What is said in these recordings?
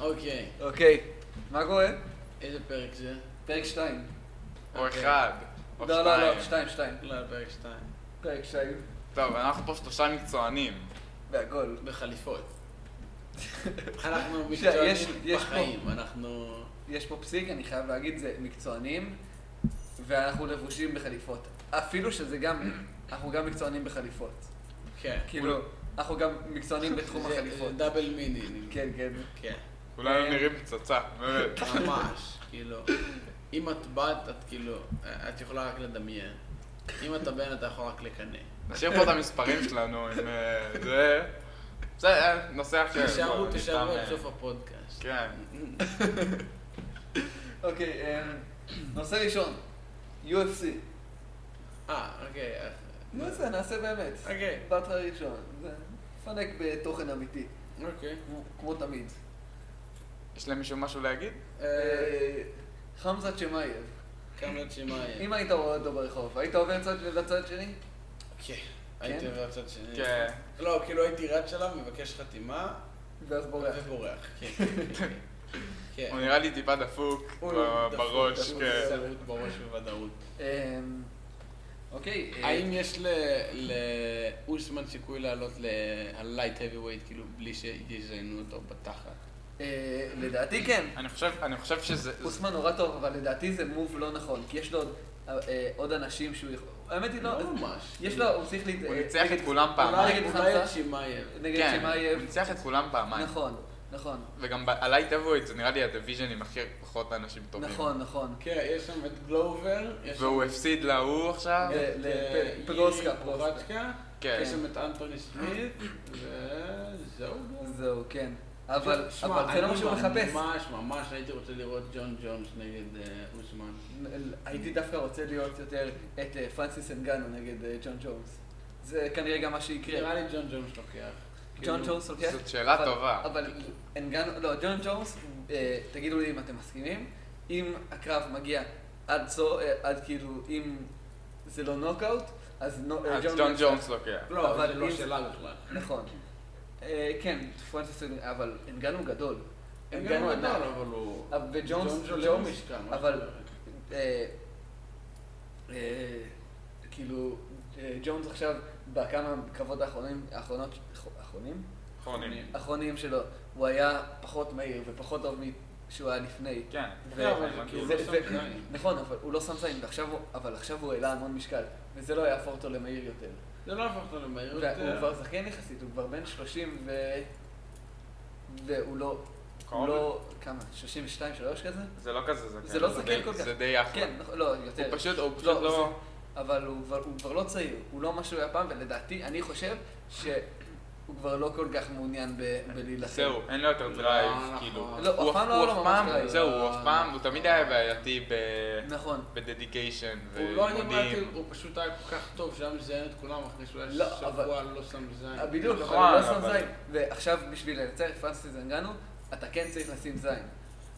אוקיי, אוקיי, מה קורה? איזה פרק זה? פרק 2. או אוקיי. אחד, או לא, לא, לא, 2, שתיים. 2. לא, פרק 2. פרק 2. לא. טוב, אנחנו פה שלושה מקצוענים. והכל. בחליפות. אנחנו יש- מקצוענים יש פה- בחיים, אנחנו... יש פה פסיק, אני חייב להגיד, זה מקצוענים, ואנחנו לבושים בחליפות. אפילו שזה גם, אנחנו גם מקצוענים בחליפות. כן. כאילו, אנחנו גם מקצוענים בתחום זה- החליפות. זה דאבל מינינג. כן, כן. כן. כולנו נראים פצצה, באמת. ממש, כאילו. אם את בת, את כאילו, את יכולה רק לדמיין. אם אתה בן, אתה יכול רק לקנא. נשאיר פה את המספרים שלנו עם אה, זה. זה אה, נושא אחר. תישארו, בוא, תישארו ניתן, עד אה, סוף הפודקאסט. כן. אוקיי, אה, נושא ראשון, UFC. אה, אוקיי. אז- נו, זה, נעשה באמת. אוקיי. באתר ראשון. זה מפנק בתוכן אמיתי, אוקיי. כמו- כמו תמיד. יש למישהו משהו להגיד? אה, אה, חמזה צ'מאייב. כמה שמאי. אם היית רואה אותו ברחוב, היית עובר צד לצד שני? כן. הייתי עובר לצד שני. כן. לא, כאילו הייתי רץ אליו, מבקש חתימה, ואז בורח. ובורח. כן, כן, כן. כן. הוא נראה לי טיפה דפוק הוא ב- דפוק, בראש, דפוק, כן. שרוט בראש בוודאות. אמ, אוקיי, אה, האם יש ל- לאוסמן סיכוי לעלות ל-light heavyweight, כאילו, בלי שיזיינו אותו בתחת? אה, לדעתי כן. אני חושב, אני חושב שזה... אוסמן נורא טוב, אבל לדעתי זה מוב לא נכון, כי יש לו עוד- אה, עוד אנשים שהוא יכול... האמת היא לא... לא ממש. יש לו, הוא צריך להת... הוא אה, ניצח נגד- את כולם פעמיים. אולי אולי את שימייב. נגד כן, הוא שמאייב. ניצח את כולם פעמיים. נכון, נכון. וגם ב-Light Heavyweight זה נראה לי הדיוויז'ן עם הכי פחות אנשים טובים. נכון, נכון. כן, יש שם את גלובר, יש שם והוא הפסיד להוא עכשיו? את, ל- אה, לפ- אירי פרוסקה, פרוסקה. פרובצ'קה, כן. יש שם את אנטוני סמית, וזהו. גם. זהו, כן. אבל שמע, אבל זה לא מה שהוא אני מחפש. ממש ממש הייתי רוצה לראות ג'ון ג'ונס נגד אה, אוסמן. הייתי דווקא רוצה להיות יותר את אה, פרנסיס אנגנו נגד אה, ג'ון ג'ונס. זה כנראה גם מה שיקרה. נראה לי ג'ון ג'ונס לוקח. כן. ג'ון כאילו, ג'ונס לוקח... זאת שאלה אבל- טובה. אבל אנגן, לא, ג'ון ג'ונס, אה, תגידו לי אם אתם מסכימים, אם הקרב מגיע עד סו, אה, עד כאילו, אם זה לא נוקאוט, אז נו- אה, אז ג'ון נפצע. ג'ונס לוקח. לא, אבל אבל זה לא אם- שאלה בכלל. נכון. אה, כן, פרנסיס, אבל אנגן הוא גדול. הם אנגן גם הוא גדול, ענק. אבל הוא... לא אבל וג'ונס- ג'ון ג'ונס ג'ונס, משקע, מה אבל- זאת אומרת? אה, אה, כאילו, אה, ג'ונס עכשיו, בכמה קרבות האחרונים, האחרונות, האחרונים? אחרונים. האחרונים שלו, הוא היה פחות מהיר ופחות טוב משהוא היה לפני. כן. ו- לא, אבל זה כאילו זה- לא שם זה- זין. נכון, אבל הוא לא שם זין, ועכשיו הוא- אבל עכשיו הוא העלה המון משקל, וזה לא יהפוך אותו למהיר יותר. זה לא הפך אותו למהיר והוא יותר. כבר זכיין יחסית, הוא כבר בן 30 ו... והוא לא... הוא קרוב. לא... כמה? 32, 3 כזה? זה לא כזה זקן. זה לא זקן די- כל כך. זה די אחלה. כן, נכון, לא, יותר. הוא פשוט, הוא פשוט לא, לא... אבל הוא כבר, הוא כבר לא צעיר, הוא לא מה שהוא היה פעם, ולדעתי, אני חושב שהוא כבר לא כל כך מעוניין ב- בלהילחם. זהו, אין לו יותר לא, דרייב, נכון. כאילו. לא, הוא אף פעם אף- לא היה הוא לו אף ממש פעם- דרייב. זהו, הוא אף פעם, הוא תמיד היה בעייתי ב... נכון. בדדיקיישן הוא לא היה בעייתי, כאילו- ומודים. הוא פשוט היה כל כך טוב שהיה מזיין את כולם אחרי שהוא היה לא, שבוע לא שם זין. בדיוק, אבל נכון, הוא לא שם אבל- זין. ועכשיו, בשביל לנצח את פרנסי זנגנו, אתה כן צריך לשים זין.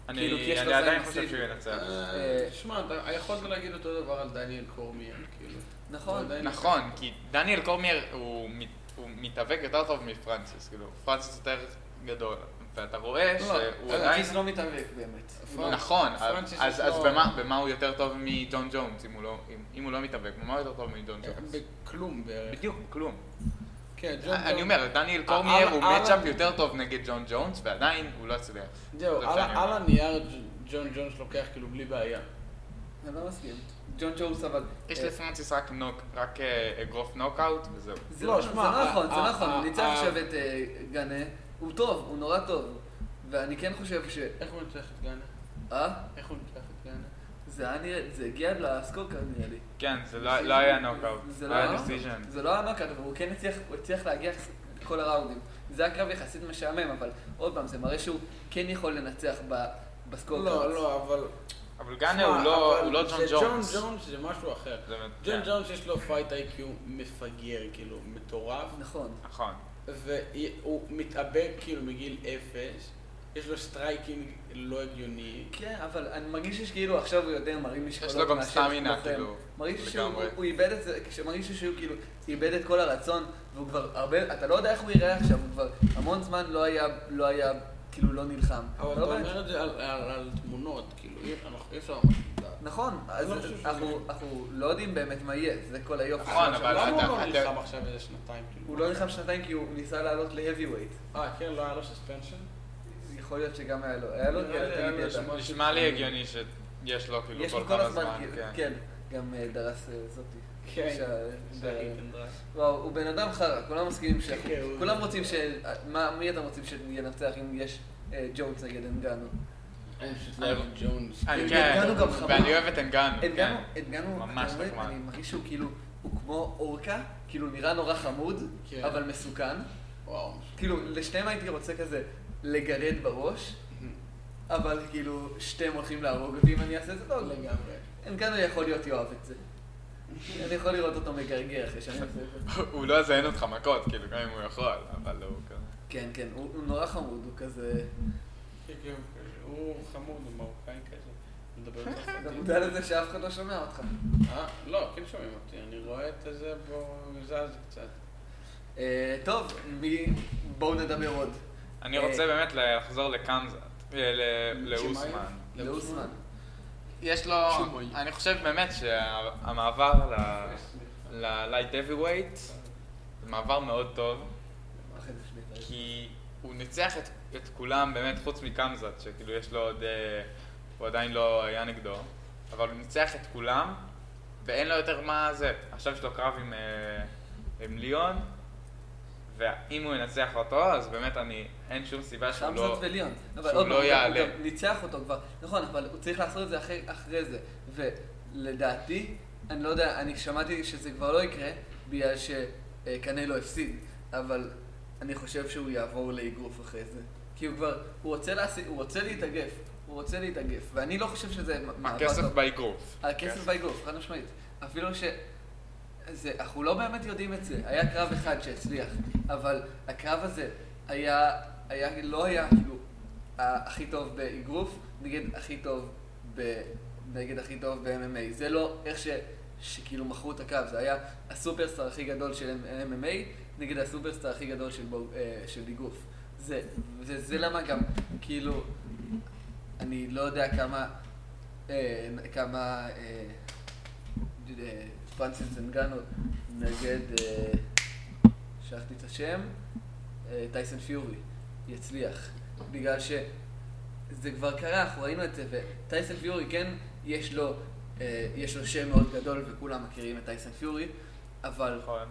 כאילו, כי יש אני לו אני זין עדיין מסיבי. חושב שהוא ינצח. אה, תשמע, אתה יכולת להגיד אותו דבר על דניאל קורמיה, כאילו. נכון. הוא עדיין- נכון, כי דניאל קורמייר הוא מת- הוא מתאבק יותר טוב מפרנסיס, כאילו, פרנסיס יותר גדול, ואתה רואה שהוא עדיין... פרנסיס לא מתאבק באמת. פרנ- נכון, פרנסיס אז יש אז לו- במה- במה הוא יותר טוב מג'ון ג'ונס, אם הוא לא- אם- אם הוא לא מתאבק, במה הוא יותר טוב מג'ון ג'ונס? בכלום בערך. אה, בדיוק, כלום. אה, כן, ג'ון ג'ון. אני אומר, דניאל קורמייר הוא אהלן- מצ'אפ יותר טוב נגד ג'ון ג'ונס, ועדיין הוא לא הצליח. זהו, זה שאני על אומר. על הנייר ג'ון ג'ונס לוקח כאילו בלי בעיה. אני לא מסכים. ג'ון ג'ונס אבל... יש אה, לפרנסיס רק נוק, רק אה, אגרוף נוקאוט, וזהו. זה לא, לא שמע, זה לא נכון, זה ה- לא נכון. ה- הוא ניצח ה- עכשיו את אה, גנה, הוא טוב, הוא נורא טוב. ואני כן חושב ש... איך הוא ניצח את גאנה? אה? איך הוא ניצח את גאנה? זה היה נראה... זה הגיע לסקורקארד נראה לי. כן, זה לא לא היה נוקאוט, זה לא לא היה היה דיסיז'ן. זה לא היה נוקארד, אבל הוא כן הצליח, הוא הצליח להגיע את כל הראונדים. זה היה קרב יחסית משעמם, אבל עוד פעם, זה מראה שהוא כן יכול לנצח ב- בסקורקארד. לא, לא, אבל... אבל גאנה שמע, הוא לא- אבל הוא לא ג'ון זה ג'ונס. ג'ון ג'ונס זה משהו אחר. זה באמת- ג'ון כן, ג'ונס יש לו פייט איי-קיו מפגר, כאילו, מטורף. נכון. נכון. והוא מתאבק כאילו מגיל אפס, יש לו סטרייקינג לא הגיוני. כן, אבל אני מרגיש שכאילו עכשיו הוא יותר מרים משקולות יש לו גם מאשר סטמינה, כמוכם. כאילו, מרגיש שהוא לגמרי. הוא איבד את זה, כשמרגיש שהוא כאילו איבד את כל הרצון, והוא כבר הרבה, אתה לא יודע איך הוא ייראה עכשיו, הוא כבר המון זמן לא היה, לא היה כאילו לא נלחם. אבל אתה לא באמת. אומר את זה על- על על תמונות, כאילו, אי אנחנו- אי אפשר... נכון, אז לא חושב שזה- אנחנו- אנחנו לא יודעים באמת מה יהיה, זה כל היופי. נכון, של אבל- השבוע. למה אתה- הוא לא אתה- נלחם עכשיו איזה שנתיים? כאילו? הוא לא נלחם שנתיים כי הוא ניסה לעלות ל-heavyweight. אה, כן, לא היה לו סספנשן? יכול להיות שגם היה לו, היה לו, נראה לי תמיד היה לו ידע. שמונה. אה, נשמע לי הגיוני שיש לו כאילו יש לו כל כל כמה הזמן, זמן, כאילו, כן. כן, גם אה, דרס אה, זאתי. כן. שה- זה היה היט אנד רן. וואו, הוא בן אדם חרא, כולם מסכימים ש... כן, הוא- כולם רוצים ש... מה, מי אתם רוצים שינצח אם יש אה, ג'ונס נגד אנגנו? אני פשוט לא אוהב את ג'ונס. אני- כאילו, כן, הגענו גם חמה. ואני אוהב את אנגנו, אנגנו, כן. אנגנו, אתה ממש רואה, נחמד. אני מרגיש שהוא כאילו, הוא כמו אורקה, כאילו נראה נורא חמוד, כן. אבל מסוכן. וואו. כאילו, לשניהם הייתי רוצה כזה לגרד בראש, אבל כאילו, שתיהם הולכים להרוג אותי אם אני אעשה את זה לא לגמרי. לגמרי. אנגנו יכול להיות יאהב את זה. אני יכול לראות אותו מגרגר אחרי שאני עושה את זה. הוא לא יזיין אותך מכות, כאילו, גם אם הוא יכול, אבל לא, הוא כזה. כן, כן, הוא הוא נורא חמוד, הוא כזה... כן, כן, הוא חמוד, הוא מרוקאי כזה. מדבר אתה צרפתית. מודע לזה שאף אחד לא שומע אותך. אה, לא, כן שומעים אותי, אני רואה את זה בו, זז קצת. אה, טוב, מי... בואו נדבר עוד. אני אה. רוצה באמת לחזור לקמזת, אה, ל- לאוסמן. לא לאוסמן. יש לו, שומוי. אני חושב באמת שהמעבר אה, ל-Light Heavyweight זה מעבר מאוד טוב, אחרי זה שני דברים. כי הוא ניצח את, את כולם באמת חוץ מקמזת, שכאילו יש לו עוד, אה, הוא עדיין לא היה נגדו, אבל הוא ניצח את כולם, ואין לו יותר מה זה. עכשיו יש לו קרב עם, אה, עם ליאון, ואם הוא ינצח אותו, אז באמת אני, אין שום סיבה שהוא חמזת לא... וליון. אבל שהוא עוד לא פעם, הוא יעלה. גם ניצח אותו כבר. נכון, אבל הוא צריך לעשות את זה אחרי- אחרי זה. ולדעתי, אני לא יודע, אני שמעתי שזה כבר לא יקרה, בגלל שקנלו הפסיד. אבל אני חושב שהוא יעבור לאגרוף אחרי זה. כי הוא כבר, הוא רוצה להשיג, הוא רוצה להתאגף. הוא רוצה להתאגף. ואני לא חושב שזה מעבר הכסף טוב. באגרוף. הכסף באגרוף, חד משמעית. אפילו ש... זה, אנחנו לא באמת יודעים את זה. היה קרב אחד שהצליח, אבל הקרב הזה היה, היה לא היה כאילו ה- הכי טוב באגרוף נגד הכי טוב ב... נגד הכי טוב ב-MMA. זה לא איך ש... שכאילו מכרו את הקרב, זה היה הסופרסטאר הכי גדול של MMA נגד הסופרסטאר הכי גדול של, בו, אה, של אגרוף. זה, זה, זה למה גם, כאילו, אני לא יודע כמה, אה, כמה אה, אה, פרנסיס אנגנו נגד, אה, שכחתי את השם, אה, טייסון פיורי, יצליח. בגלל שזה כבר קרה, אנחנו ראינו את זה, וטייסון פיורי כן, יש לו, אה, יש לו שם מאוד גדול וכולם מכירים את טייסון פיורי, אבל נכון.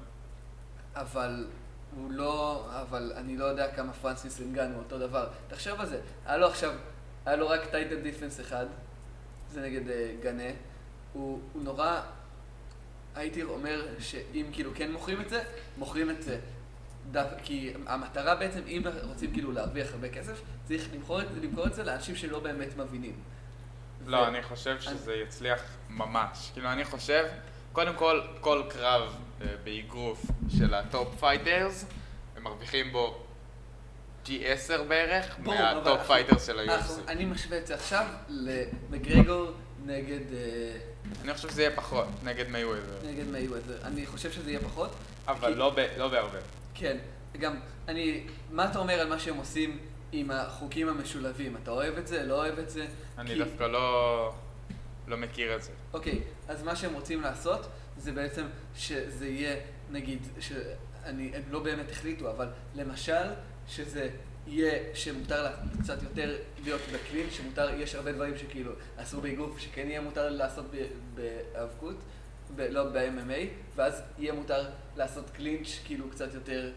אבל הוא לא, אבל אני לא יודע כמה פרנסיס אנגן הוא אותו דבר. תחשוב על זה, היה לו עכשיו, היה לו רק טייטל דיפנס אחד, זה נגד אה, גנה, הוא, הוא נורא, הייתי אומר שאם כאילו כן מוכרים את זה, מוכרים את זה. דו, כי המטרה בעצם, אם רוצים כאילו להרוויח הרבה כסף, צריך למכור את, למכור את זה לאנשים שלא באמת מבינים. לא, אני חושב שזה יצליח ממש. כאילו, אני חושב, קודם כל, כל קרב אה, באגרוף של הטופ פייטרס, הם מרוויחים בו G10 בערך, ברור, אבל נכון, מהטופ אנחנו- פייטרס של אנחנו- ה-UFC. אה, אני משווה את זה עכשיו למגרגור נגד... אה, אני חושב שזה יהיה פחות, נגד מייוויזר. נגד מייוויזר. אני חושב שזה יהיה פחות. אבל כי- לא ב- לא בהרבה. כן. גם, אני... מה אתה אומר על מה שהם עושים עם החוקים המשולבים? אתה אוהב את זה? לא אוהב את זה? אני כי- דווקא לא... לא מכיר את זה. אוקיי, אז מה שהם רוצים לעשות זה בעצם שזה יהיה, נגיד, שאני, הם לא באמת החליטו, אבל למשל, שזה יהיה, שמותר לה קצת יותר להיות בקלין, שמותר, יש הרבה דברים שכאילו אסור באיגוף, שכן יהיה מותר לעשות ב- בהיאבקות, ב- לא ב-MMA, ואז יהיה מותר לעשות קלינץ' כאילו קצת יותר,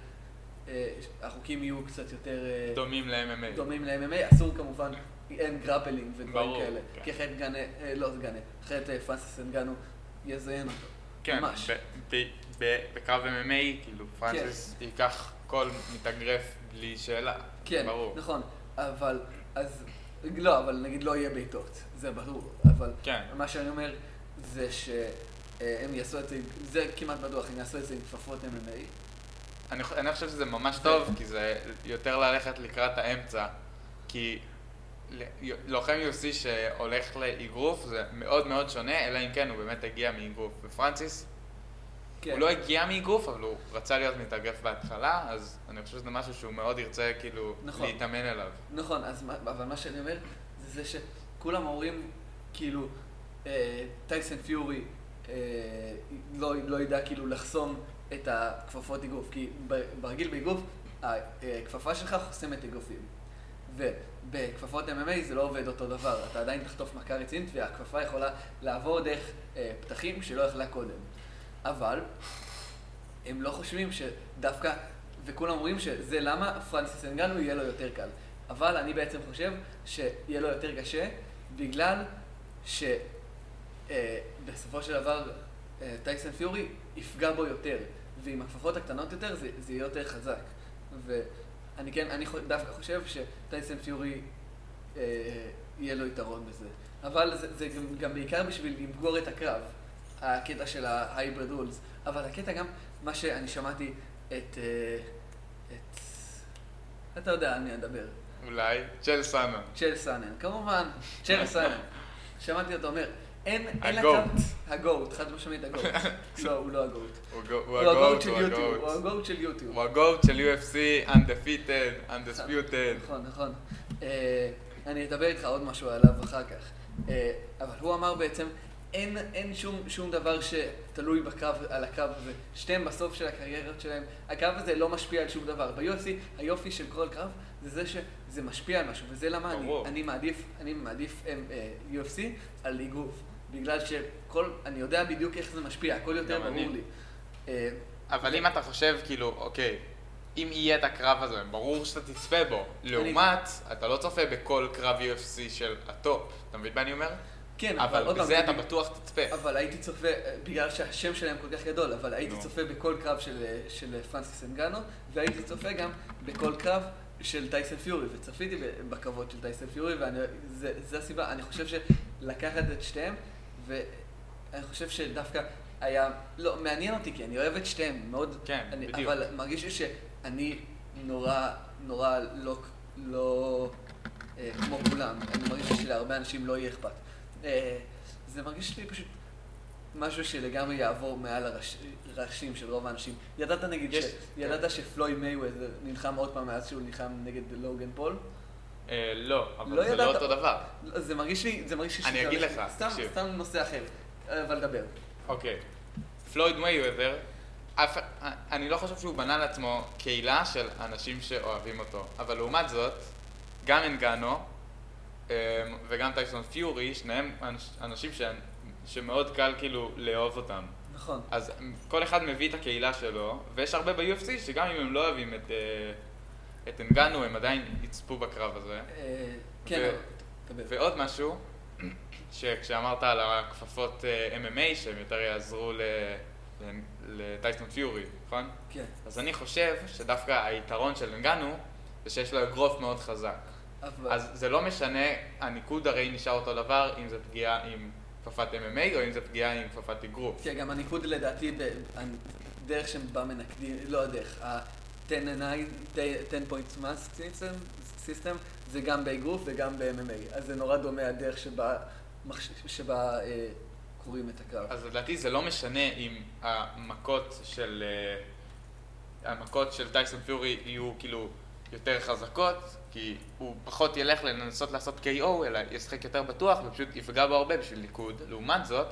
אה, החוקים יהיו קצת יותר... אה, דומים ל-MMA. דומים ל-MMA, אסור כמובן, אין גרפלינג ברור, ודברים כאלה. כן. כי אחרת גנה, אה, לא זה גנה, אחרת אה, פרנסיס אנגנו יזיין אותו. כן, ממש. כן. ב- ב- ב- בקרב MMA, כאילו, פרנסיס ייקח כל מתאגרף בלי שאלה. כן, ברור. נכון, אבל, אז, לא, אבל נגיד לא יהיה בעיטות, זה ברור, אבל כן. מה שאני אומר זה שהם יעשו את זה, עם- זה כמעט בטוח, הם יעשו את זה עם כפפות MMA. אני, חו- אני חושב שזה ממש כן. טוב, כי זה יותר ללכת לקראת האמצע. כי ל- לוחם UFC שהולך לאגרוף זה מאוד מאוד שונה, אלא אם כן הוא באמת הגיע מאגרוף. ופרנסיס, כן. הוא לא הגיע מאיגוף, אבל הוא רצה להיות מתאגף בהתחלה, אז אני חושב שזה משהו שהוא מאוד ירצה כאילו נכון. להתאמן אליו. נכון, אז מה, אבל מה שאני אומר זה, זה שכולם אומרים, כאילו, אה, טייסן פיורי אה, לא, לא ידע כאילו לחסום את הכפפות אגרוף, כי ב- ברגיל באגרוף, אה, הכפפה שלך חוסמת אגרופים. ובכפפות MMA זה לא עובד אותו דבר, אתה עדיין תחטוף מכה רצינית והכפפה יכולה לעבור דרך אה, פתחים שלא יכלה קודם. אבל הם לא חושבים שדווקא, וכולם אומרים שזה למה פרנסיס אנגנו יהיה לו יותר קל. אבל אני בעצם חושב שיהיה לו יותר קשה, בגלל שבסופו של דבר אה, טייסון פיורי יפגע בו יותר, ועם הכפפות הקטנות יותר זה, זה יהיה יותר חזק. ואני כן, אני חו- דווקא חושב שטייסון פיורי אה, יהיה לו יתרון בזה. אבל זה, זה גם, גם בעיקר בשביל למגור את הקרב, הקטע של ההייברד רולס. אבל הקטע גם, מה שאני שמעתי את... אה, את... אתה יודע על מי אני מדבר. אולי, צ'ל סאנה. צ'ל סאנן, כמובן, צ'ל סאנן. שמעתי אותו אומר, אין, אין הגוט. לקו... הגוט, חד משמעית הגוט. לא, הוא לא הגוט. הוא גו- הוא הוא הגוט הגוט, של הוא יוטיוב, הוא הגוט. הגוט של יוטיוב. הוא הגוט של UFC, undefeated, undisputed. נכון, נכון. אה, אני אדבר איתך עוד משהו עליו אחר כך. אה, אבל הוא אמר בעצם, אין, אין שום, שום דבר שתלוי בקרב, על הקרב הזה. שתיהם בסוף של הקריירות שלהם. הקרב הזה לא משפיע על שום דבר. ב-UFC, היופי של כל קרב זה זה שזה משפיע על משהו, וזה למה אני, ברור. אני מעדיף, אני מעדיף אה, אה, UFC על איגוף. בגלל שכל, אני יודע בדיוק איך זה משפיע, הכל יותר גם אני. ברור לי. אה, אבל אם אתה חושב, כאילו, אוקיי, אם יהיה את הקרב הזה, ברור שאתה תצפה בו. לעומת, אתה לא צופה בכל קרב UFC של הטופ. אתה מבין מה אני אומר? כן, אבל, אבל עוד פעם, בזה זה אתה ב- בטוח תצפה. אבל הייתי צופה, אה, בגלל שהשם שלהם כל כך גדול, אבל הייתי נו. צופה בכל קרב של, אה, של אה, פרנסיס אנגנו, והייתי צופה גם בכל קרב של טייסן פיורי, וצפיתי ב- בקרבות של טייסן פיורי, וזו הסיבה, אני חושב שלקחת את שתיהם, ואני חושב שדווקא היה, לא, מעניין אותי, כי אני אוהב את שתיהם, מאוד, כן, אני, בדיוק. אבל מרגיש לי שאני נורא, נורא לא, לא אה, כמו כולם, אני מרגיש לי שלהרבה אנשים לא יהיה אכפת. אה, זה מרגיש לי פשוט משהו שלגמרי יעבור מעל הראש- הראשים של רוב האנשים. ידעת נגיד, יש- כן. ש... ידעת שפלויד מייוויזר נלחם עוד פעם מאז שהוא נלחם נגד לוגן פול? אה, לא, לא אבל זה לא ידעת. אותו דבר. לא, זה מרגיש לי, זה מרגיש לי אני שזה אגיד הולך- לך, סתם, תקשיב. סתם נושא אחר, אבל דבר. אוקיי. פלויד מייבר, אף- אני לא חושב שהוא בנה לעצמו קהילה של אנשים שאוהבים אותו. אבל לעומת זאת, גם אנגאנו אמ, וגם טייסון פיורי, שניהם אנש- אנשים ש- שמאוד קל כאילו לאהוב אותם. נכון. אז אמ, כל אחד מביא את הקהילה שלו, ויש הרבה ב-UFC שגם אם הם לא אוהבים את, אה, את אנגאנו, הם עדיין יצפו בקרב הזה. אה, כן, ו- אבל- דבר. ועוד משהו, שכשאמרת על הכפפות אה, MMA שהם יותר יעזרו ל- ל- לטייסון פיורי, נכון? כן. אז אני חושב שדווקא היתרון של אנגנו זה שיש לו אגרוף מאוד חזק. אבל- אז זה לא משנה, הניקוד הרי נשאר אותו דבר אם זה פגיעה עם כפפת MMA או אם זה פגיעה עם כפפת אגרוף. כן, גם הניקוד לדעתי, ב- הדרך שבה מנקדים, לא הדרך, ה-10 and 9, 10 points mask system, system, זה גם באגרוף וגם ב-MMA. אז זה נורא דומה הדרך שבה, מחש- שבה אה, קוראים את הקרב. אז לדעתי זה לא משנה אם המכות של אה, המכות של טייסון פיורי יהיו כאילו יותר חזקות, כי הוא פחות ילך לנסות לעשות KO, אלא ישחק יותר בטוח ופשוט יפגע בו הרבה בשביל ניקוד. לעומת זאת,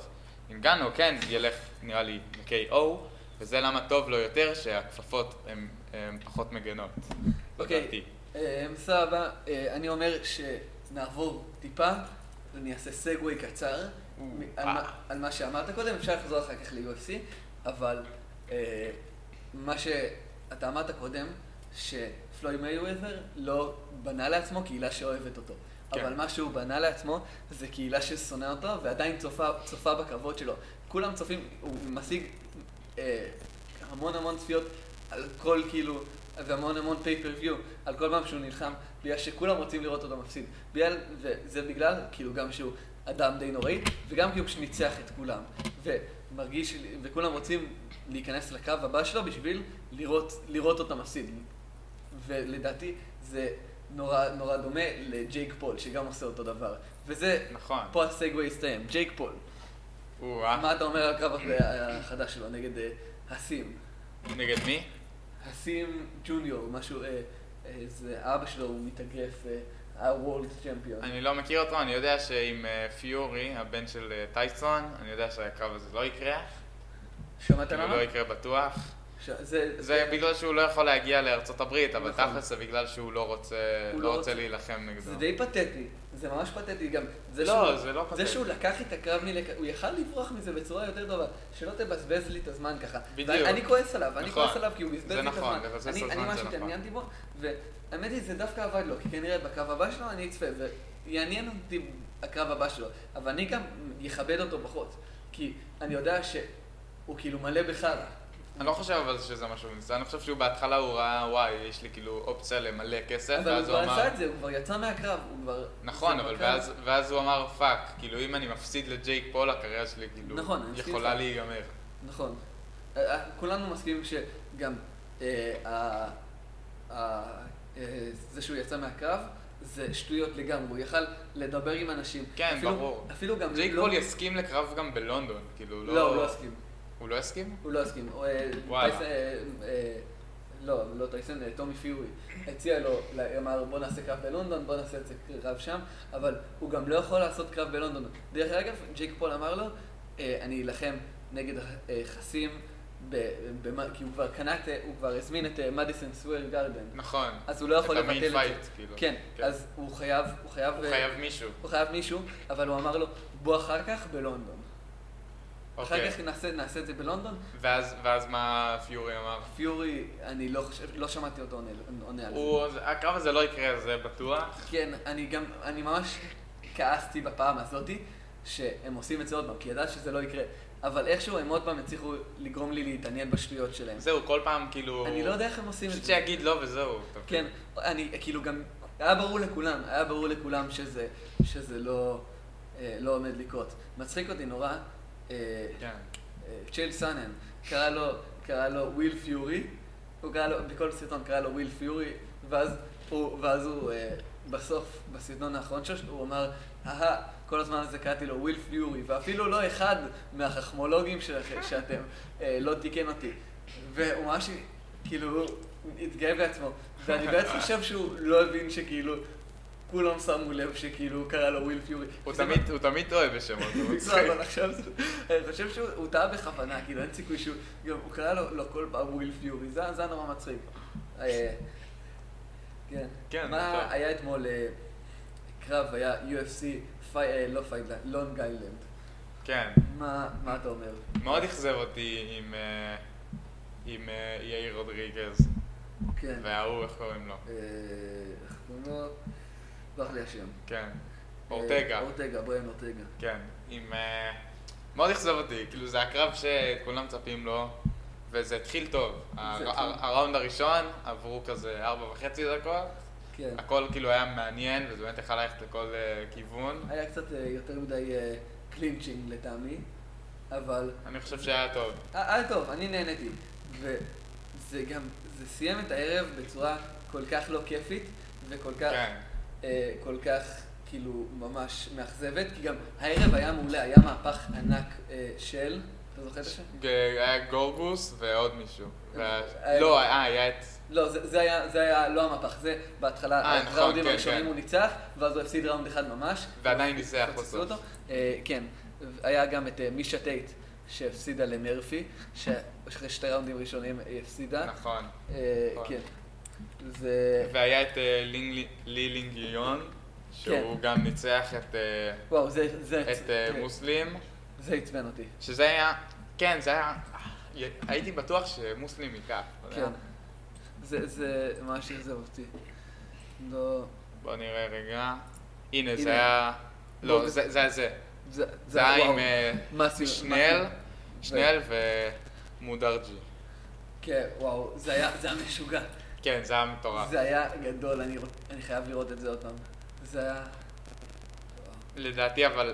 אינגאנו כן ילך נראה לי ל-KO, וזה למה טוב לו יותר שהכפפות הן הן פחות מגנות. אוקיי. לדעתי. אה, סבבה, אה, אני אומר שנעבור טיפה, אני אעשה סגווי קצר מ- על אה. מה- על מה שאמרת קודם, אפשר לחזור אחר כך ל-UFC, אבל אה, מה שאתה אמרת קודם, שפלוי מייוויזר לא בנה לעצמו קהילה שאוהבת אותו. כן. אבל מה שהוא בנה לעצמו זה קהילה ששונאה אותו ועדיין צופה, צופה בקרבות שלו. כולם צופים, הוא משיג אה, המון המון צפיות על כל כאילו, והמון המון פייפריוויו, על כל פעם שהוא נלחם, בגלל שכולם רוצים לראות אותו מפסיד. בגלל, וזה בגלל, כאילו, גם שהוא אדם די נוראי, וגם כי הוא פשוט ניצח את כולם. ומרגיש, וכולם רוצים להיכנס לקו הבא שלו בשביל לראות, לראות אותו מפסיד. ולדעתי זה נורא נורא דומה לג'ייק פול, שגם עושה אותו דבר. וזה, נכון. פה הסגווי הסתיים, ג'ייק פול. הוא, אה, מה אתה אומר על הקרב הח- החדש שלו נגד אה, הסים. נגד מי? הסים ג'וניור, משהו, אה, אה, זה אבא שלו, הוא אה, מתאגף, הוולד צ'מפיון. אני לא מכיר אותו, אני יודע שעם אה, פיורי, הבן של אה, טייסון, אני יודע שהקרב הזה לא יקרה. שמעת כאילו למה? לא יקרה בטוח. ש- זה, זה בגלל שהוא לא יכול להגיע לארצות הברית, אבל אה, נכון. תכלס זה בגלל שהוא לא רוצה הוא לא לא רוצה. רוצה להילחם נגדו. זה די פתטי, זה ממש פתטי גם. זה לא, שהוא- זה לא זה פתטי. שהוא לקח את הקרב מלק... הוא יכל לברוח מזה בצורה יותר טובה, שלא תבזבז לי את הזמן ככה. בדיוק. ואני כועס עליו, אני נכון. כועס עליו כי הוא בזבז זה לי את נכון, הזמן. לבזבז את אני- הזמן אני זה ממש נכון. התעניינתי בו, והאמת היא, זה דווקא עבד לו, כי כנראה בקרב הבא שלו אני אצפה, ויעניין אותי הקרב הבא שלו, אבל אני גם אכבד אותו פחות, כי אני יודע שהוא כאילו מלא בחרא. אני לא חושב אבל שזה משהו מזה, אני חושב שהוא בהתחלה הוא ראה, וואי, יש לי כאילו אופציה למלא כסף, אבל הוא ואז כבר הוא אמר... עשה את זה, הוא כבר יצא מהקרב, הוא כבר... נכון, זה אבל בקרב. ואז, ואז הוא אמר פאק, כאילו אם אני מפסיד לג'ייק פול הקריירה שלי כאילו נכון, אני מסכים יכולה איתך. להיגמר. נכון. אה, אה, כולנו מסכימים שגם אה, ה- ה- אה, זה שהוא יצא מהקרב, זה שטויות לגמרי. הוא יכל לדבר עם אנשים. כן, אפילו- ברור. אפילו גם ג'ייק לא... פול יסכים לקרב גם בלונדון, כאילו לא... לא, הוא לא הסכים. הוא לא יסכים? הוא לא הסכים. הוא, אה, וואלה. טייס- אה, אה, לא, לא טייסן, אה, טומי פיורי הציע לו, ל- אמר בוא נעשה קרב בלונדון, בוא נעשה את זה קרב שם, אבל הוא גם לא יכול לעשות קרב בלונדון. דרך אגב, ג'ייק פול אמר לו, אה, אני אלחם נגד אה, חסים, ב- במ- כי הוא כבר קנה את, אה, הוא כבר הזמין את מדיסון סוויר גרדן, נכון. אז הוא לא יכול את לבטל המיין את זה. פייט, כאילו. כן, אז הוא חייב, הוא חייב, הוא אה, חייב מישהו. הוא חייב מישהו, אבל הוא אמר לו, בוא אחר כך בלונדון. אחר אוקיי. כך נעשה- נעשה את זה בלונדון, ואז, ואז מה פיורי אמר? פיורי, אני לא חושב, לא שמעתי אותו עונה, עונה על זה. הוא, הקרב הזה לא יקרה, זה בטוח. כן, אני גם, אני ממש כעסתי בפעם הזאתי, שהם עושים את זה עוד פעם, כי ידעתי שזה לא יקרה. אבל איכשהו הם עוד פעם הצליחו לגרום לי להתעניין בשטויות שלהם. זהו, כל פעם כאילו... אני לא יודע איך הם עושים את פשוט זה. שיגיד לא וזהו. אתה מבין? כן, אני, כאילו גם, היה ברור לכולם, היה ברור לכולם שזה, שזה לא, אה, לא עומד לקרות. מצחיק אותי נורא, אה, כן. צ'ייל סאנן, קרא לו, קרא לו וויל פיורי, הוא קרא לו, בכל סרטון קרא לו וויל פיורי, ואז הוא, ואז הוא אה, בסוף, בסרטון האחרון שלו, הוא אמר, אהה, כל הזמן הזה קראתי לו וויל פיורי, ואפילו לא אחד מהחכמולוגים שלכם, שאתם, אה, לא תיקן אותי. והוא ממש, כאילו, הוא התגאה בעצמו, ואני באמת חושב שהוא לא הבין שכאילו, כולם שמו לב שכאילו הוא קרא לו וויל פיורי. הוא שזה תמיד- הוא תמיד טועה בשמות. הוא לא, מצחיק. אבל עכשיו זה... אני חושב שהוא הוא טעה בכוונה, כאילו אין סיכוי שהוא... גם הוא קרא לו לא כל פעם וויל פיורי, זה זה היה נורא מצחיק. אה, כן. כן, זה מה טוב. היה אתמול אה, קרב, היה UFC, פי- אה, לא פיידלנד, לונג איילנד. כן. מה מה אתה אומר? מאוד אכזב אותי עם, אה, עם אה, יאיר רודריגז, כן. וההוא, איך קוראים לו? אה, איך קוראים לו? ברח לי השם. כן. אה, אורטגה, אורטגה, בריאן אורטגה. כן. עם... אה, מאוד אכזב אותי, כאילו זה הקרב שכולם מצפים לו, וזה התחיל טוב. הר- התחיל. הר- הראונד הראשון, עברו כזה ארבע וחצי דקות, כן. הכל כאילו היה מעניין, וזה באמת יכול ללכת לכל אה, כיוון. היה קצת אה, יותר מדי אה, קלינצ'ינג לטעמי, אבל... אני חושב שהיה טוב. היה היה אה, טוב, אני נהניתי. וזה גם, זה סיים את הערב בצורה כל כך לא כיפית, וכל כך, כן. אה, כל כך, כאילו, ממש מאכזבת, כי גם הערב היה מעולה, היה מהפך ענק אה, של, אתה זוכר את השם? ג- היה גורגוס ועוד מישהו. וה- אה, לא, אה, היה את... לא, זה, זה, היה, זה היה לא המהפך, זה בהתחלה, אה, נכון, הראונדים כן, הראשונים כן. הוא ניצח, ואז הוא הפסיד ראונד אחד ממש. ועדיין ניצח פספסו בסוף. אותו. אה, כן, היה גם את אה, מישה טייט, שהפסידה למרפי, שאחרי שתי ראונדים ראשונים היא הפסידה. נכון. אה, נכון. כן. זה... והיה את אה, לינג- לי כן. לינגיון, שהוא גם ניצח את, אה, וואו, זה... זה... את אה, מוסלים, זה עצבן אותי. שזה היה, כן, זה היה, הייתי בטוח שמוסלים ייקח. אבל כן. זה, זה ממש עזב אותי. לא... בוא נראה רגע. הנה, הנה. זה היה, לא, בוא, זה זה היה זה. זה... זה היה וואו. נכון. עם אה, מה עשינו? שנל, מה עשינו? שנל ומודרג'י. כן, וואו, זה היה, זה היה משוגע. כן, זה היה מטורף. זה היה גדול, אני, רוצ- אני חייב לראות את זה עוד פעם. זה היה... לדעתי, אבל,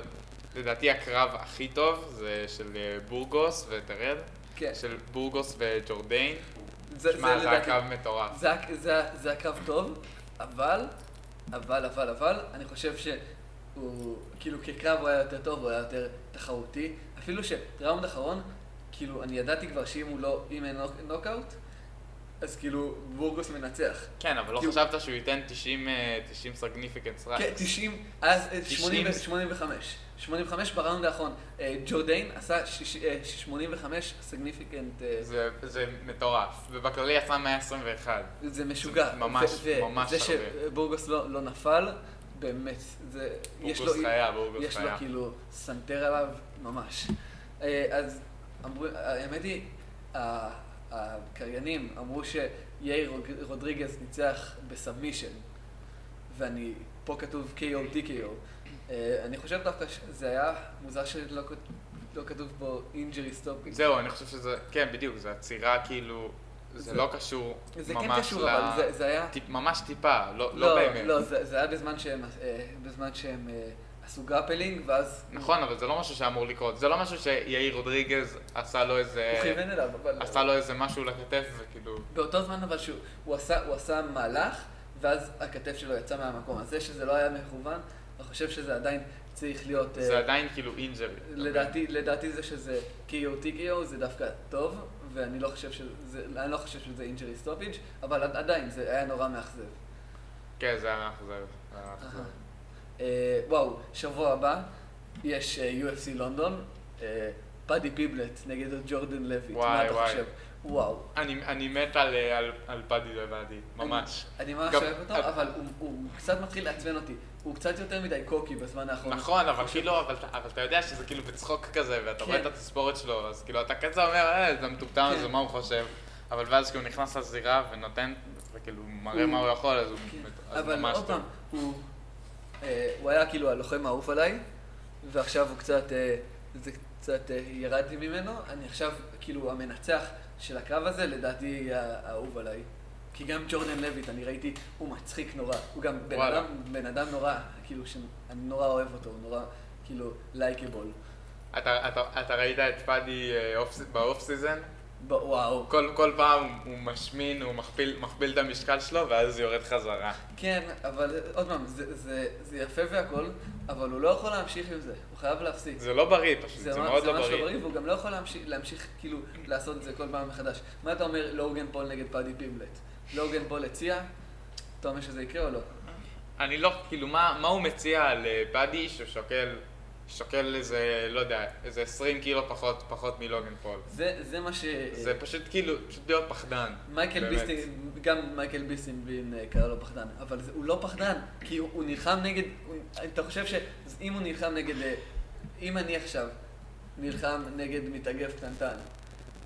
לדעתי הקרב הכי טוב זה של אה, בורגוס וטרד. כן, של בורגוס וג'ורדיין. זה, זה שמע, זה היה לדעתי... קרב מטורף. זה, היה- זה, היה- זה היה קו טוב, אבל, אבל, אבל, אבל, אני חושב שהוא, כאילו כקרב הוא היה יותר טוב, הוא היה יותר תחרותי, אפילו שראונד אחרון, כאילו, אני ידעתי כבר שאם הוא לא, אם אין נוק- נוקאוט, אז כאילו, בורגוס מנצח. כן, אבל לא כי הוא- חשבת שהוא ייתן 90, אה, 90 סגניפיקנס רק. כן, 90, אז אה, 90. 80 85. 85 בראונד האחרון. אה, ג'ו דיין עשה שיש- אה, 85 סגניפיקנט, זה, זה מטורף, ובכללי יצא 121. זה משוגע. ממש, ו- ו- ממש זה הרבה. שבורגוס לא לא נפל, באמת, זה... יש בורגוס לו- חיה, בורגוס יש לו חיה. כאילו סנטר עליו ממש. אה, אז אמרו, האמת היא, ה- הקריינים אמרו שיאיר רוג- רודריגז ניצח בסאבמישן, ואני, פה כתוב KO TKO. אה, אני חושב דווקא שזה היה מוזר שלא כות- לא כתוב בו injury stopping. זהו, אני חושב שזה, כן, בדיוק, זה עצירה כאילו, זה זה- לא קשור זה כן ממש קשור, אבל זה- ל... זה היה... טיפ- ממש טיפה, לא לא באמת. לא, זה זה היה בזמן שהם, אה, בזמן שהם אה, עשו גרפלינג, ואז... נכון, אבל זה לא משהו שאמור לקרות, זה לא משהו שיאיר רודריגז עשה לו הוא איזה... כיוון אליו, אבל... עשה לו איזה משהו לכתף וכאילו... באותו זמן אבל שהוא הוא עשה, הוא עשה מהלך, ואז הכתף שלו יצא מהמקום. אז זה שזה לא היה מכוון, אני חושב שזה עדיין צריך להיות... זה אה, עדיין כאילו אינג'רי. לדעתי, לדעתי זה שזה KO TKO זה דווקא טוב, ואני לא חושב שזה, אני לא חושב שזה injury stoppage, אבל עד- עדיין זה היה נורא מאכזב. כן, זה היה מאכזב. זה היה מאכזב. אה, וואו, שבוע הבא יש אה, UFC לונדון, אה, פאדי פיבלט נגד ג'ורדן לויט, מה וואי, אתה וואי. חושב? וואו. אני אני מת על- אה, על על פאדי לבדי, ממש. אני ממש גם- אוהב אל- אותו, אבל הוא- הוא קצת מתחיל לעצבן אותי. הוא קצת יותר מדי קוקי בזמן האחרון. נכון, אבל כאילו, אבל אתה- אבל אתה יודע שזה כאילו בצחוק כזה, ואתה רואה את כן. התספורת שלו, אז כאילו אתה כזה אומר, אה, זה המטומטם הזה, כן. מה הוא חושב? אבל ואז כשהוא נכנס לזירה ונותן, וכאילו מראה הוא- מה הוא יכול, אז הוא כן. מת- אז אבל ממש עוד טוב. פעם, הוא אה, הוא היה כאילו הלוחם האהוב עליי, ועכשיו הוא קצת, אה, זה קצת אה, ירדתי ממנו. אני עכשיו כאילו המנצח של הקרב הזה, לדעתי ה- האהוב עליי. כי גם ג'ורדן לויט, אני ראיתי, הוא מצחיק נורא. הוא גם בן וואלה. אדם, בן אדם נורא, כאילו, שאני נורא אוהב אותו, הוא נורא, כאילו, לייקבול. אתה- אתה אתה ראית את פאדי אה, אוף- באוף סיזן? ב- וואו. כל כל פעם הוא- הוא משמין, הוא מכפיל מכפיל את המשקל שלו, ואז זה יורד חזרה. כן, אבל עוד פעם, זה, זה, זה יפה והכל, אבל הוא לא יכול להמשיך עם זה, הוא חייב להפסיק. זה לא בריא פשוט, זה מאוד לא ממש בריא. והוא גם לא יכול להמשיך, להמשיך, כאילו, לעשות את זה כל פעם מחדש. מה אתה אומר לוגן פול נגד פאדי פימלט? לוגן פול הציע? אתה אומר שזה יקרה או לא? אני לא, כאילו, מה, מה הוא מציע על אה, באדי ששוקל, שוקל איזה, לא יודע, איזה 20 קילו פחות, פחות מלוגן פול? זה, זה מה ש... זה פשוט כאילו, פשוט להיות פחדן. מייקל באמת. ביסטין, גם מייקל ביסטין בין אה, קרא לו פחדן, אבל זה, הוא לא פחדן, כי הוא, הוא נלחם נגד, הוא, אתה חושב שאם הוא נלחם נגד, אה, אם אני עכשיו נלחם נגד מתאגף קטנטן,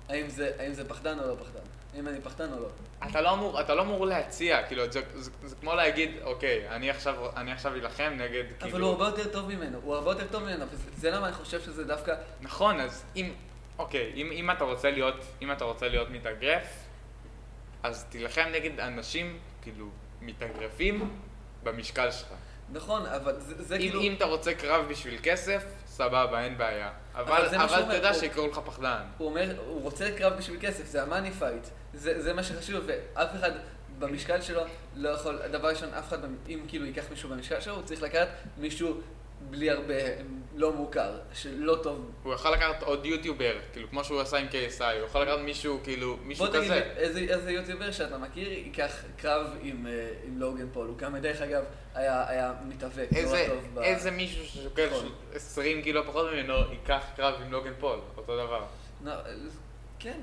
האם זה, האם זה פחדן או לא פחדן? האם אני פחדן או לא? אתה לא אמור, אתה לא אמור להציע, כאילו, זה, זה, זה כמו להגיד, אוקיי, אני עכשיו, אני עכשיו אלחם נגד, כאילו... אבל הוא הרבה יותר טוב ממנו, הוא הרבה יותר טוב ממנו, וזה זה למה אני חושב שזה דווקא, נכון, אז אם, אוקיי, אם, אם אתה רוצה להיות, אם אתה רוצה להיות מתאגרף, אז תילחם נגד אנשים, כאילו, מתאגרפים במשקל שלך. נכון, אבל זה, זה אם, כאילו, אם אתה רוצה קרב בשביל כסף, סבבה, אין בעיה. אבל, אבל זה מה שהוא אבל אתה אומר, יודע הוא- שיקראו לך פחדן. הוא אומר, הוא רוצה קרב בשביל כסף, זה המאני פייט. זה, זה מה שחשוב, ואף אחד במשקל שלו לא יכול, הדבר ראשון, אף אחד, אם כאילו ייקח מישהו במשקל שלו, הוא צריך לקחת מישהו בלי הרבה, לא מוכר, שלא טוב. הוא יכול לקחת עוד יוטיובר, כאילו, כמו שהוא עשה עם KSI, הוא יכול לקחת מישהו, כאילו, מישהו בוא תגיד לי, כזה. איזה, איזה יוטיובר שאתה מכיר ייקח קרב עם, אה, עם לוגן פול, הוא גם דרך אגב היה, היה מתאבק, איזה, נורא טוב. ב- איזה מישהו ששוקל נכון. 20 קילו פחות ממנו, ייקח קרב עם לוגן פול, אותו דבר. לא, כן,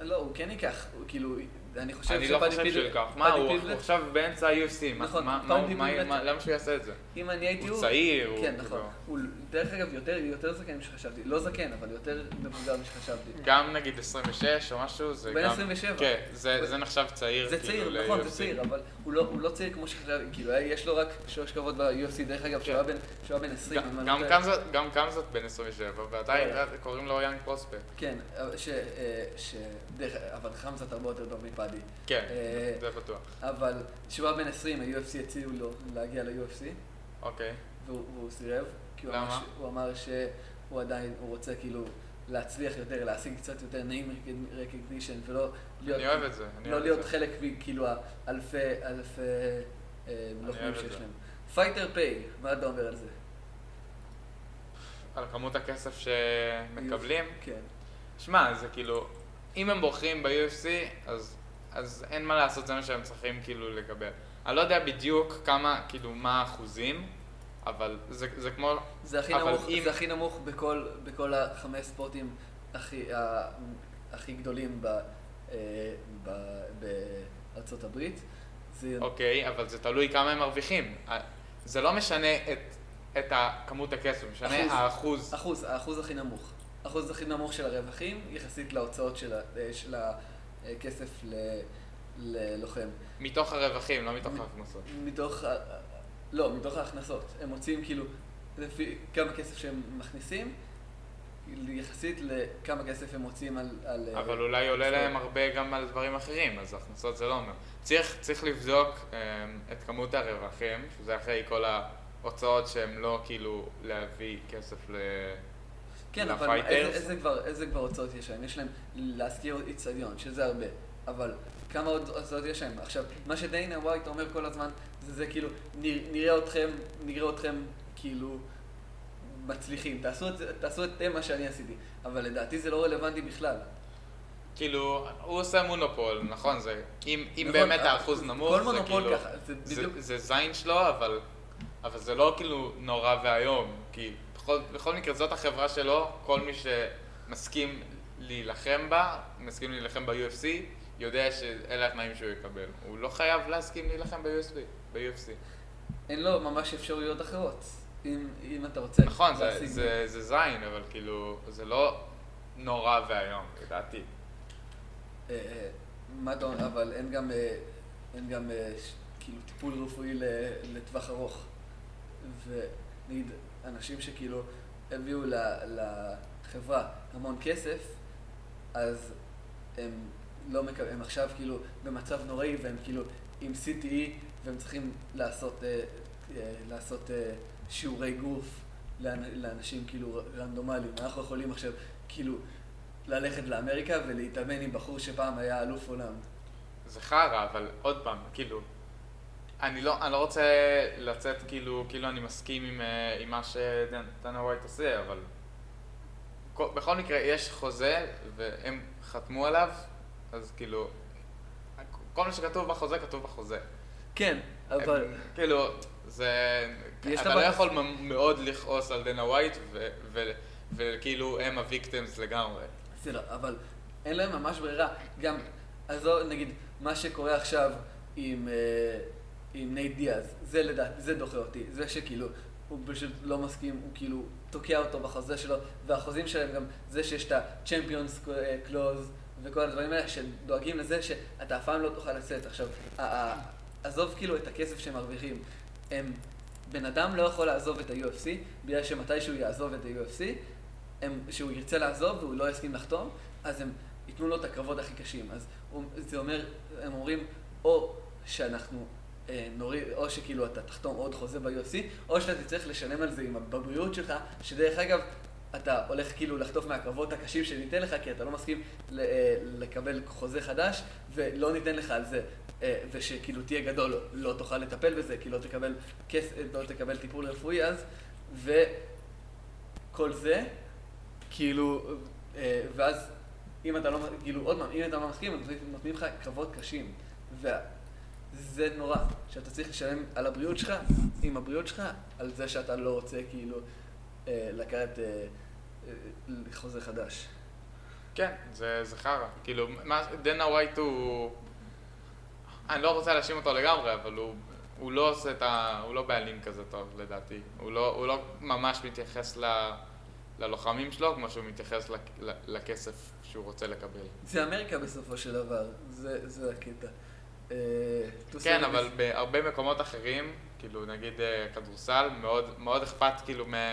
לא, הוא כן ייקח, הוא כאילו, אני חושב אני לא שפאדי חושב פיד- שהוא ייקח. מה, פאדי הוא פידלט- הוא עכשיו באמצע ה-UFC, מה- נכון, מה- פאודי מה- פידלט- מה- למה שהוא יעשה את זה? אם אני הייתי הוא הוא... צעיר, הוא... כן, נכון. כאילו- הוא, דרך אגב, יותר, יותר זקן משחשבתי. לא זקן, אבל יותר מבוגר משחשבתי. גם נגיד 26 או משהו, זה גם... בן 27. כן, זה זה נחשב צעיר, זה כאילו, צעיר, נכון, ל-UFC. זה צעיר, אבל הוא לא, הוא לא צעיר כמו שחשבתי. כאילו, היה- יש לו רק שלוש קרבות ב-UFC, דרך אגב, שהוא היה בן- שהוא היה בן 20. כן. גם- אם אני לא גם טועה. קמזות- גם קמזות בן 27, ועדיין כן. אתה- קוראים לו יאנג פרוספקט. כן, אבל ש... אה, ש... דרך... אבל חמזת הרבה יותר טוב מפאדי. כן, אה, זה בטוח. אבל כשהוא היה בן 20, ה-UFC הציעו לו להגיע ל-UFC, אוקיי. והוא והוא סירב. כי הוא אמר למה? ש- הוא אמר שהוא עדיין, הוא רוצה כאילו להצליח יותר, להשיג קצת יותר נעים recognition, ולא להיות... אני אוהב את זה. אני לא אוהב להיות את זה. חלק מכאילו האלפי, אלפי אה, לוחמים אוהב את שיש זה. להם. פייטר פיי, מה אתה אומר על זה? על כמות הכסף שמקבלים. כן. שמע, זה כאילו, אם הם בוחרים ב-UFC, אז, אז אין מה לעשות, זה מה שהם צריכים כאילו לקבל. אני לא יודע בדיוק כמה, כאילו, מה האחוזים, אבל זה, זה כמו, זה הכי אבל נמוך, אם- זה הכי נמוך בכל, בכל החמש ספורטים הכי, ה, הכי גדולים ב, אה, ב, בארצות הברית. זה, אוקיי, אבל זה תלוי כמה הם מרוויחים. אה, זה לא משנה את, את ה- כמות הכסף, משנה אחוז. האחוז. אחוז, האחוז הכי נמוך. האחוז הכי נמוך של הרווחים יחסית להוצאות של, ה- אה, של הכסף ל, ללוחם. מתוך הרווחים, לא מתוך ההכנסות. מתוך, ה- לא, מתוך ההכנסות. הם מוצאים כאילו, לפי כמה כסף שהם מכניסים, יחסית לכמה כסף הם מוצאים על... על אה, אבל אולי עולה בסדר. להם הרבה גם על דברים אחרים, אז הכנסות זה לא אומר. צריך, צריך לבדוק אמ, את כמות הרווחים, שזה אחרי כל ההוצאות שהם לא כאילו להביא כסף ל... כן, אבל לפייטרס? איזה, איזה, כבר, איזה כבר הוצאות יש להם? יש להם להשכיר איצטדיון, שזה הרבה, אבל כמה עוד הוצאות יש להם? עכשיו, מה שדיינה ווייט אומר כל הזמן, זה, זה כאילו, נראה, נראה אתכם, נראה אתכם כאילו מצליחים, תעשו את, זה- תעשו את מה שאני עשיתי, אבל לדעתי זה לא רלוונטי בכלל. כאילו, הוא עושה מונופול, נכון? זה, אם, אם נכון, באמת אבל האחוז נמוך, כל זה מונופול כאילו... ככה, זה זה, בדיוק, זה זין שלו, אבל, אבל זה לא כאילו נורא ואיום, כי בכל, בכל מקרה זאת החברה שלו, כל מי שמסכים להילחם בה, מסכים להילחם ב-UFC, יודע שאלה התנאים שהוא יקבל. הוא לא חייב להסכים להילחם ב-UFC. ב-UFC. אין לו ממש אפשרויות אחרות, אם, אם אתה רוצה נכון, זה, להשיג. זה, זה זין, אבל כאילו, זה לא נורא ואיום, לדעתי. אה, אה, מה אתה אומר, אבל אין גם, אה, אין גם אה, ש- כאילו טיפול רפואי ל- לטווח ארוך. ונגיד, אנשים שכאילו הביאו ל- לחברה המון כסף, אז הם לא מקבלים, הם עכשיו כאילו במצב נוראי והם כאילו עם CTE והם צריכים לעשות, אה, אה, לעשות אה, שיעורי גוף לאנ- לאנשים כאילו רנדומליים. אנחנו יכולים עכשיו כאילו ללכת לאמריקה ולהתאמן עם בחור שפעם היה אלוף עולם. זה חרא, אבל עוד פעם, כאילו, אני לא, אני לא רוצה לצאת כאילו, כאילו אני מסכים עם, אה, עם מה שדנה ווייט עושה, אבל כל, בכל מקרה יש חוזה והם חתמו עליו, אז כאילו, כל מה שכתוב בחוזה כתוב בחוזה. כן, אבל... הם, כאילו, זה... יש אתה דבר- לא יכול מ- מאוד לכעוס על דנה ווייט, ו- ו- וכאילו הם הוויקטימס לגמרי. בסדר, אבל אין להם ממש ברירה. גם, אז לא, נגיד, מה שקורה עכשיו עם, אה, עם נייט דיאז, זה לדעתי, זה דוחה אותי. זה שכאילו, הוא פשוט לא מסכים, הוא כאילו תוקע אותו בחוזה שלו, והחוזים שלהם גם זה שיש את ה-Champions אה, Clause וכל הדברים האלה, שדואגים לזה שאתה אף פעם לא תוכל לצאת. עכשיו, ה- ה- עזוב כאילו את הכסף שהם מרוויחים. הם, בן אדם לא יכול לעזוב את ה-UFC, בגלל שמתי שהוא יעזוב את ה-UFC, הם, שהוא ירצה לעזוב והוא לא יסכים לחתום, אז הם ייתנו לו את הקרבות הכי קשים. אז הוא, זה אומר, הם אומרים, או שאנחנו אה, נוריד, או שכאילו אתה תחתום עוד חוזה ב-UFC, או שאתה תצטרך לשלם על זה עם, בבריאות שלך, שדרך אגב, אתה הולך כאילו לחטוף מהקרבות הקשים שניתן לך, כי אתה לא מסכים ל, אה, לקבל חוזה חדש, ולא ניתן לך על זה. אה, ושכאילו תהיה גדול, לא תוכל לטפל בזה, כי לא תקבל, כס, לא תקבל טיפול רפואי אז, וכל זה, כאילו, אה, ואז אם אתה לא, כאילו, עוד פעם, אם אתה לא מסכים, אז נותנים לך קרבות קשים. וזה נורא, שאתה צריך לשלם על הבריאות שלך, עם הבריאות שלך, על זה שאתה לא רוצה, כאילו, אה, לקחת אה, אה, חוזה חדש. כן, זה, זה חרא. כאילו, מה, דנה ווייט הוא... אני לא רוצה להאשים אותו לגמרי, אבל הוא, הוא לא עושה את ה... הוא לא בעלים כזה טוב, לדעתי. הוא לא, הוא לא ממש מתייחס ל, ללוחמים שלו כמו שהוא מתייחס לק, ל- לכסף שהוא רוצה לקבל. זה אמריקה בסופו של דבר, זה, זה הקטע. אה, to כן, say אבל this- בהרבה מקומות אחרים, כאילו, נגיד אה, כדורסל, מאוד, מאוד אכפת כאילו מה,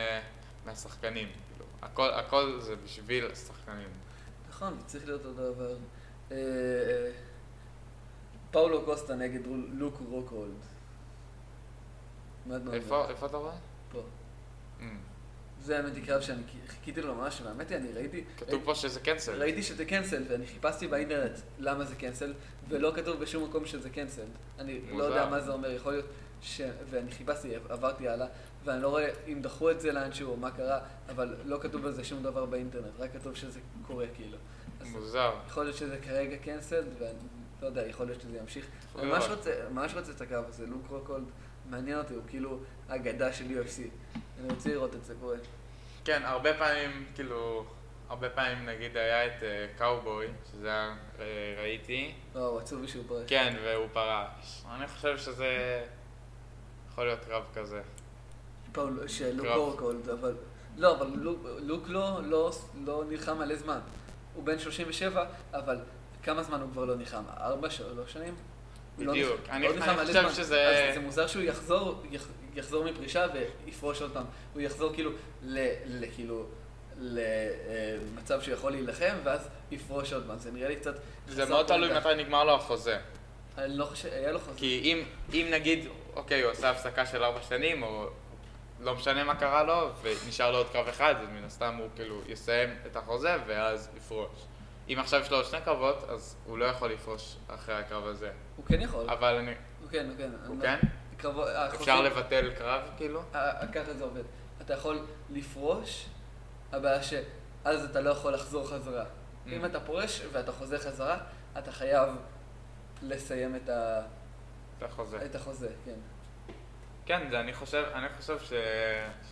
מהשחקנים. כאילו, הכל, הכל זה בשביל השחקנים. נכון, זה צריך להיות אותו דבר. אה, אה, פאולו קוסטה נגד לוק רוקהולד. מה אתה אומר? איפה, איפה אתה רואה? פה. אמ, זה האמת היא קרב שאני חיכיתי לו ממש, והאמת היא, אני ראיתי... כתוב פה שזה כן קנסל. ראיתי שזה קנסל, ואני חיפשתי באינטרנט למה זה קנסל, ולא כתוב בשום מקום שזה קנסל. אני לא מוזר. יודע מה זה אומר, יכול להיות ש... ואני חיפשתי, עברתי הלאה, ואני לא רואה אם דחו את זה לאנשהו או מה קרה, אבל לא כתוב על זה שום דבר באינטרנט, רק כתוב שזה קורה כאילו. אז מוזר. יכול להיות שזה כרגע קנסלד, ואני לא יודע, יכול להיות שזה ימשיך. יכול אני ממש להיות. רוצה, ממש רוצה את הקו הזה, לוק רוקולד, מעניין אותי, הוא כאילו אגדה של UFC. אני רוצה לראות את זה קורה. כן, הרבה פעמים, כאילו, הרבה פעמים נגיד היה את אה, קאובוי, שזה היה, אה, ראיתי, וואו, לא, עצוב לי שהוא פרש. כן, והוא פרש. אני חושב שזה יכול להיות קרב כזה. פאול, לא- שלוק קרב. אורקולד, אבל... לא, אבל לוק, לוק לא, לא, לא נלחם מלא זמן. הוא בן 37, אבל כמה זמן הוא כבר לא נלחם? ארבע, שלוש שנים? הוא לא נלחם- בדיוק. אני- לא נלחם אני מלא חושב זמן. שזה- אז זה מוזר שהוא יחזור, יח, יחזור מפרישה ויפרוש עוד פעם. הוא יחזור כאילו ל... ל כאילו... למצב שהוא יכול להילחם, ואז יפרוש עוד פעם. זה נראה לי קצת... זה חסר מאוד תלוי פואנטה. מתי נגמר לו החוזה. אני לא חושב... היה לו חוזר. כי אם, אם נגיד, אוקיי, הוא עשה הפסקה של ארבע שנים, או לא משנה מה קרה לו, ונשאר לו עוד קרב אחד, אז מן הסתם הוא כאילו יסיים את החוזה, ואז יפרוש. אם עכשיו יש לו עוד שני קרבות, אז הוא לא יכול לפרוש אחרי הקרב הזה. הוא כן יכול. אבל אני... הוא כן, הוא כן. אה, הוא אני- כן? קרבו- אפשר החוזים- לבטל קרב, כאילו? אה, ככה זה עובד. אתה יכול לפרוש, הבעיה שאז אתה לא יכול לחזור חזרה. Mm. אם אתה פורש ואתה חוזר חזרה, אתה חייב לסיים את, ה... את החוזה. את החוזה, כן. כן, זה, אני חושב, אני חושב ש...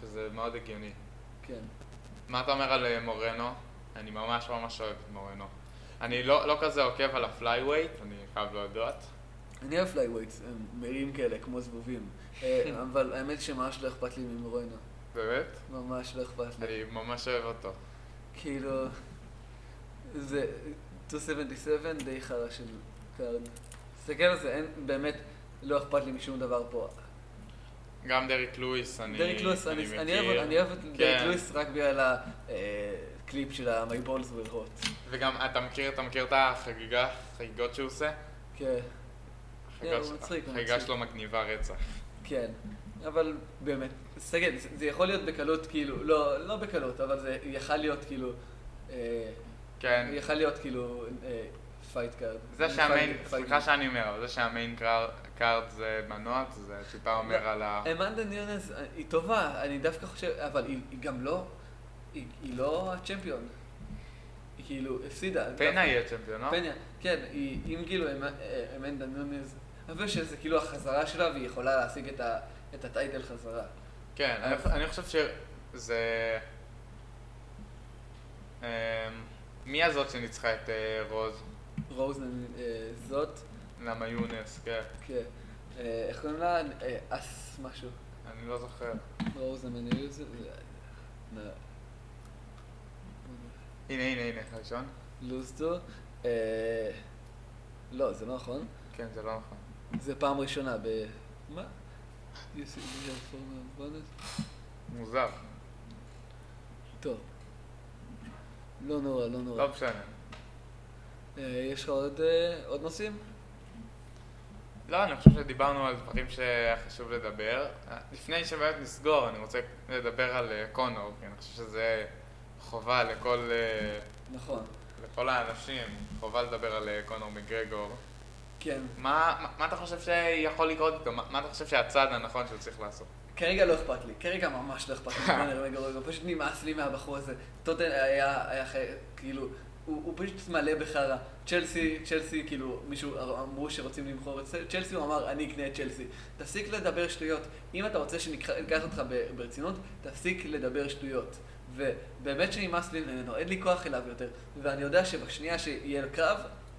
שזה מאוד הגיוני. כן. מה אתה אומר על אה, מורנו? אני ממש ממש אוהב את מורנו. אני לא, לא כזה עוקב על הפלייווייט, אני חייב להודות. אני אוהב פלייווייטס, הם מהירים כאלה, כמו זבובים. אה, אבל האמת שממש לא אכפת לי ממורוינה. באמת? ממש לא אכפת לי. אני ממש אוהב אותו. כאילו, זה 277 די חרא של קארד. תסתכל על זה, אין, באמת, לא אכפת לי משום דבר פה. גם דריק לואיס, אני, דרק לואיס, אני מכיר. אני אוהב אני אוהב את דרק כן. לואיס רק בגלל הקליפ של ה-My Balls Were Hot. וגם, אתה מכיר, אתה מכיר את החגיגה, החגיגות שהוא עושה? כן, החגיגה הוא ש- מצחיק, הוא החגיגה מצחיק. שלו מגניבה רצח. כן. אבל באמת, תסתכל, זה- זה יכול להיות בקלות, כאילו, לא, לא בקלות, אבל זה יכל להיות כאילו, אה, כן. יכל להיות כאילו פייט קארד. זה שהמיין, סליחה שאני אומר, אבל זה שהמיין קאר- קארד זה מנוע, זה טיפה אומר על ה... אמנדה ניונס אה, היא טובה, אני דווקא חושב, אבל היא היא גם לא, היא היא לא הצ'מפיון. היא כאילו הפסידה. פנה יהיה צ'מפיון, לא? פניה, כן, היא, אם כאילו אמ- אה, אמנדה נונז, אני חושב שזה כאילו החזרה שלה והיא יכולה להשיג את, ה, את הטייטל חזרה. כן, אני חושב- אני חושב שזה... אמ, מי הזאת שניצחה את אה, רוז? רוז אה, זאת, למה יונס, כן. כן, אה, איך קוראים לה? אה, אס משהו. אני לא זוכר. רוז נונז, אה, לא. הנה, הנה, הנה, הראשון. לוזדו. אה, לא, זה לא נכון. כן, זה לא נכון. זה פעם ראשונה ב... מה? יוסי, זה רפורמה, בונוס? מוזר. טוב. לא נורא, לא נורא. לא משנה. אה, יש לך עוד, אה, עוד נושאים? לא, אני חושב שדיברנו על דברים שהיה חשוב לדבר. לפני שבאמת נסגור, אני רוצה לדבר על אה, קונור, כי אני חושב שזה חובה לכל... אה, נכון. לכל האנשים, חובה לדבר על אה, קונור מגרגור. כן. מה, מה, מה אתה חושב שיכול לקרות איתו? מה, מה אתה חושב שהצעד הנכון שהוא צריך לעשות? כרגע לא אכפת לי, כרגע ממש לא אכפת לי, קונר מגרגור, פשוט נמאס לי מהבחור הזה. טוטן היה, היה חי... כאילו, הוא, הוא פשוט מלא בחרא. צ'לסי, צ'לסי, כאילו, מישהו אמרו שרוצים למכור את צל- צ'לסי, הוא אמר, אני אקנה את צ'לסי. תפסיק לדבר שטויות. אם אתה רוצה שניקח אותך ב- ברצינות, תפסיק לדבר שטויות. ובאמת שנמאס לי ממנו, אין לי כוח אליו יותר. ואני יודע שבשנייה שיהיה קרב,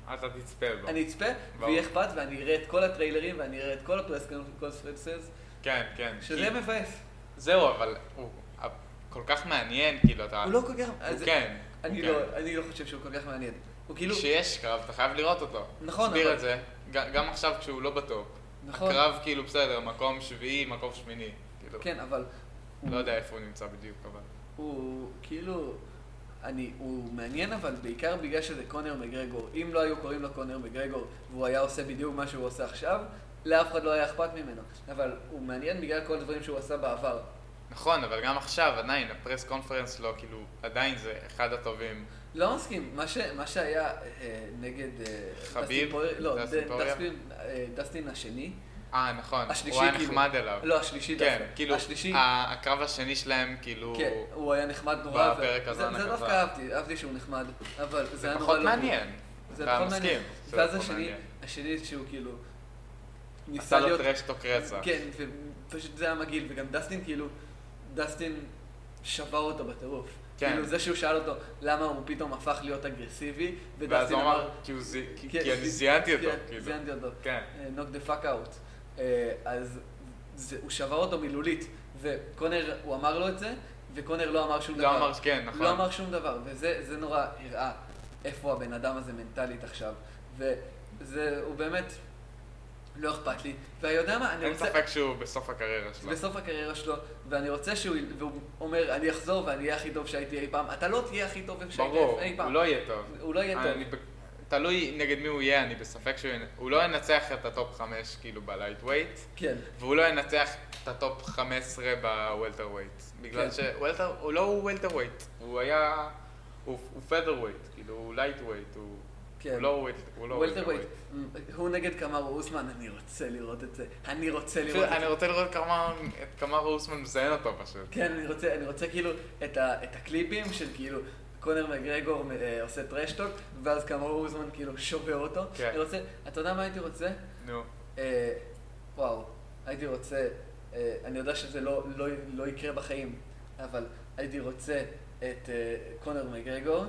אה, אתה תצפה בו. אני אצפה, ברור. ויהיה אכפת, ואני אראה את כל הטריילרים, ואני אראה את כל הפרס קונפרנסס, כן, כן. שזה כי... מבאס. זהו, אבל הוא ה- כל כך מעניין, כאילו, אתה... הוא לא כל כך... הוא זה- כן. אני כן. לא, אני לא חושב שהוא כל כך מעניין. הוא כאילו... כשיש קרב, אתה חייב לראות אותו. נכון, תסביר אבל- את זה. ג- גם עכשיו כשהוא לא בטופ. נכון. הקרב כאילו בסדר, מקום שביעי, מקום שמיני. כאילו, כן, אבל... לא יודע איפה הוא נמצא בדיוק, אבל... הוא כאילו... אני, הוא מעניין אבל בעיקר בגלל שזה קונר מגרגור. אם לא היו קוראים לו קונר מגרגור והוא היה עושה בדיוק מה שהוא עושה עכשיו, לאף אחד לא היה אכפת ממנו. אבל הוא מעניין בגלל כל הדברים שהוא עשה בעבר. נכון, אבל גם עכשיו, עדיין, הפרס קונפרנס לא, כאילו, עדיין זה אחד הטובים. לא מסכים, מה, ש, מה שהיה אה, נגד... אה, חביב? דסטין פוריר- לא, דסטין ד- פוריה? דסטין, אה, דסטין השני. אה, נכון. השלישי הוא היה כאילו. נחמד אליו. לא, השלישי כן, דווקא. כאילו, השלישי, ה- הקרב השני שלהם, כאילו... כן, הוא היה נחמד נורא. ו- בפרק הזמן זה- זה הקצר. דווקא אהבתי, אהבתי שהוא נחמד, אבל זה זה היה נורא... פחות לא- מעניין. זה אתה פחות מסכים. מעניין. זה לא ואז פחות השני, מעניין. השני שהוא כאילו... עשה ניסה לו להיות... טרשטוק לא רצח. כן, ופשוט זה היה מגעיל, וגם דסטין כאילו, דסטין שבר אותו בטירוף. כן. כאילו זה שהוא שאל אותו למה הוא פתאום הפך להיות אגרסיבי, ואז ודסטין הוא אמר... אמר, כי הוא זי- כי- כן, כי אני זי- זיינתי אותו, כן, כאילו. זיינתי אותו. כן. אה, knock the fuck out. אה, אז זה- הוא שבר אותו מילולית, וקונר, הוא אמר לו את זה, וקונר לא אמר שום דבר. לא אמר, כן, נכון. לא אמר שום דבר, וזה זה נורא הראה איפה הבן אדם הזה מנטלית עכשיו. וזה, הוא באמת, לא אכפת לי. ואני יודע מה, אני אין רוצה... ספק שהוא בסוף הקריירה שלו. בסוף הקריירה שלו, ואני רוצה שהוא... והוא אומר, אני אחזור ואני אהיה הכי טוב שהייתי אי פעם. אתה לא תהיה הכי טוב איפה שהיית ברור, אי הוא פעם. לא יהיה טוב. הוא לא יהיה טוב. אני ב- תלוי נגד מי הוא יהיה, אני בספק שהוא ינ- הוא לא ינצח את הטופ 5 כאילו בלייט ווייט, כן, והוא לא ינצח את הטופ 15 בוולטר ווייט. בגלל כן. שוולטר, הוא לא הוא וולטר ווייט, הוא היה, הוא פדר ווייט, כאילו הוא לייט ווייט, הוא כן. הוא לא ווילט- הוא לא וולטר וולטרווייט. ווייט. הוא נגד קמארו אוסמן, אני רוצה לראות את זה. אני רוצה לראות את אני זה. רוצה לראות כמה- את קמארו אוסמן מזיין אותו פשוט. כן, אני רוצה, אני רוצה כאילו את, ה, את הקליפים של כאילו קונר מגרגור אה, עושה טרשטוק, ואז קמארו אוזמן כאילו שובר אותו. כן. אני רוצה, אתה יודע מה הייתי רוצה? נו, אה, וואו, הייתי רוצה, אה, אני יודע שזה לא, לא, לא יקרה בחיים, אבל הייתי רוצה את אה, קונר מגרגור